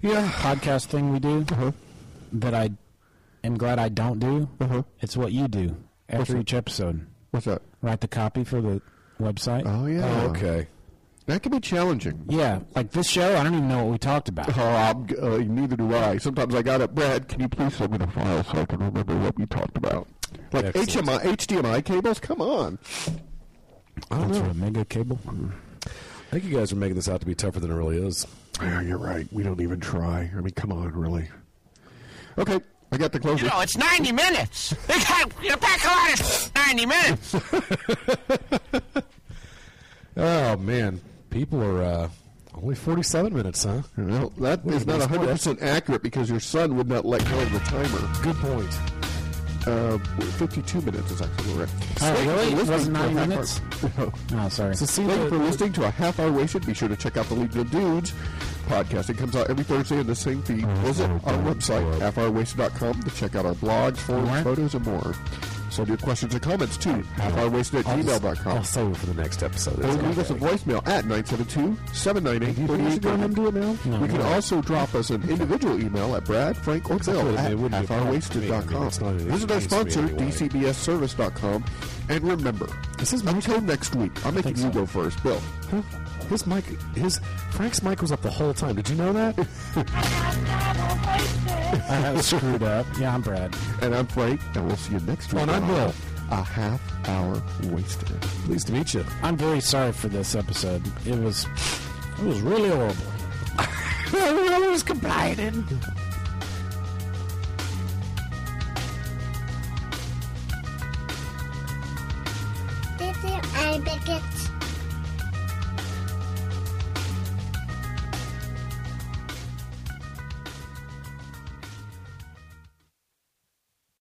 E: yeah.
F: podcast thing we do
H: Uh-huh.
F: that I am glad I don't do, it's what you do
H: Uh-huh. What's
F: after
H: that?
F: each episode.
H: What's that?
F: Write the copy for the website.
H: Oh, yeah.
E: Uh-huh.
H: Oh, okay. That can be challenging.
F: Yeah, like this show, I don't even know what we talked about.
H: Oh, I'm, g- uh, neither do I. Sometimes I got it. Brad, can you please send me the file so I can remember what we talked about? Like
E: Excellent.
H: HMI, HDMI cables. Come on. I don't
E: That's
H: know.
E: a
F: mega cable.
H: Mm-hmm.
E: I think you guys are making this out to be tougher than it really is.
H: Yeah, you're right. We don't even try. I mean, come on, really. Okay, I got the closer.
K: You know, it's 90 minutes. They got the pack a lot is 90 minutes.
E: Oh man, people are uh, only forty-seven minutes, huh?
H: Well, that
E: Wait
H: is
E: a
H: not
E: minute,
H: 100% accurate because your son would not let go of the timer.
E: Good point.
H: Uh, 52 minutes is actually where we're at.
F: Oh,
H: Thank you
F: really?
H: for
F: It
H: listening
F: wasn't
H: to a
F: 90
H: half hour-
F: minutes?
H: No.
F: Oh, sorry.
H: So see, thank you for listening to a half hour wasted. Be sure to check out the Legion of Dudes podcast. It comes out every Thursday in the same feed. Visit our website, halfhourwasted.com, to check out our blogs, forums, photos, and more. Send your questions and comments to halfhourwasted at
E: I'll just-
H: gmail.com.
E: I'll save it for the next episode.
H: Or
E: It's
H: leave us a
E: okay.
H: voicemail at 972-798-3030.
E: do it now? No,
H: We can
E: no.
H: also drop us an individual email at Brad, Frank, or
E: what
H: Bill
E: it-
H: at
E: it wouldn't be a problem to me. I mean, it's not
H: halfhourwasted.com.
E: an
H: Visit our
E: issue to me
H: sponsor,
E: anyway.
H: dcbsservice.com. And remember, this is until next week, I'm making you go first. Bill.
E: Huh? His mic, his Frank's mic was up the whole time. Did you know that?
H: I'm screwed up. Yeah, I'm Brad. And I'm Frank, and we'll see you next week.
E: And I'm
H: on
E: Bill.
H: A half hour wasted.
F: Pleased to meet you. I'm very sorry for this episode. It was, it was really horrible.
V: I was complaining.
I: This is I bigot.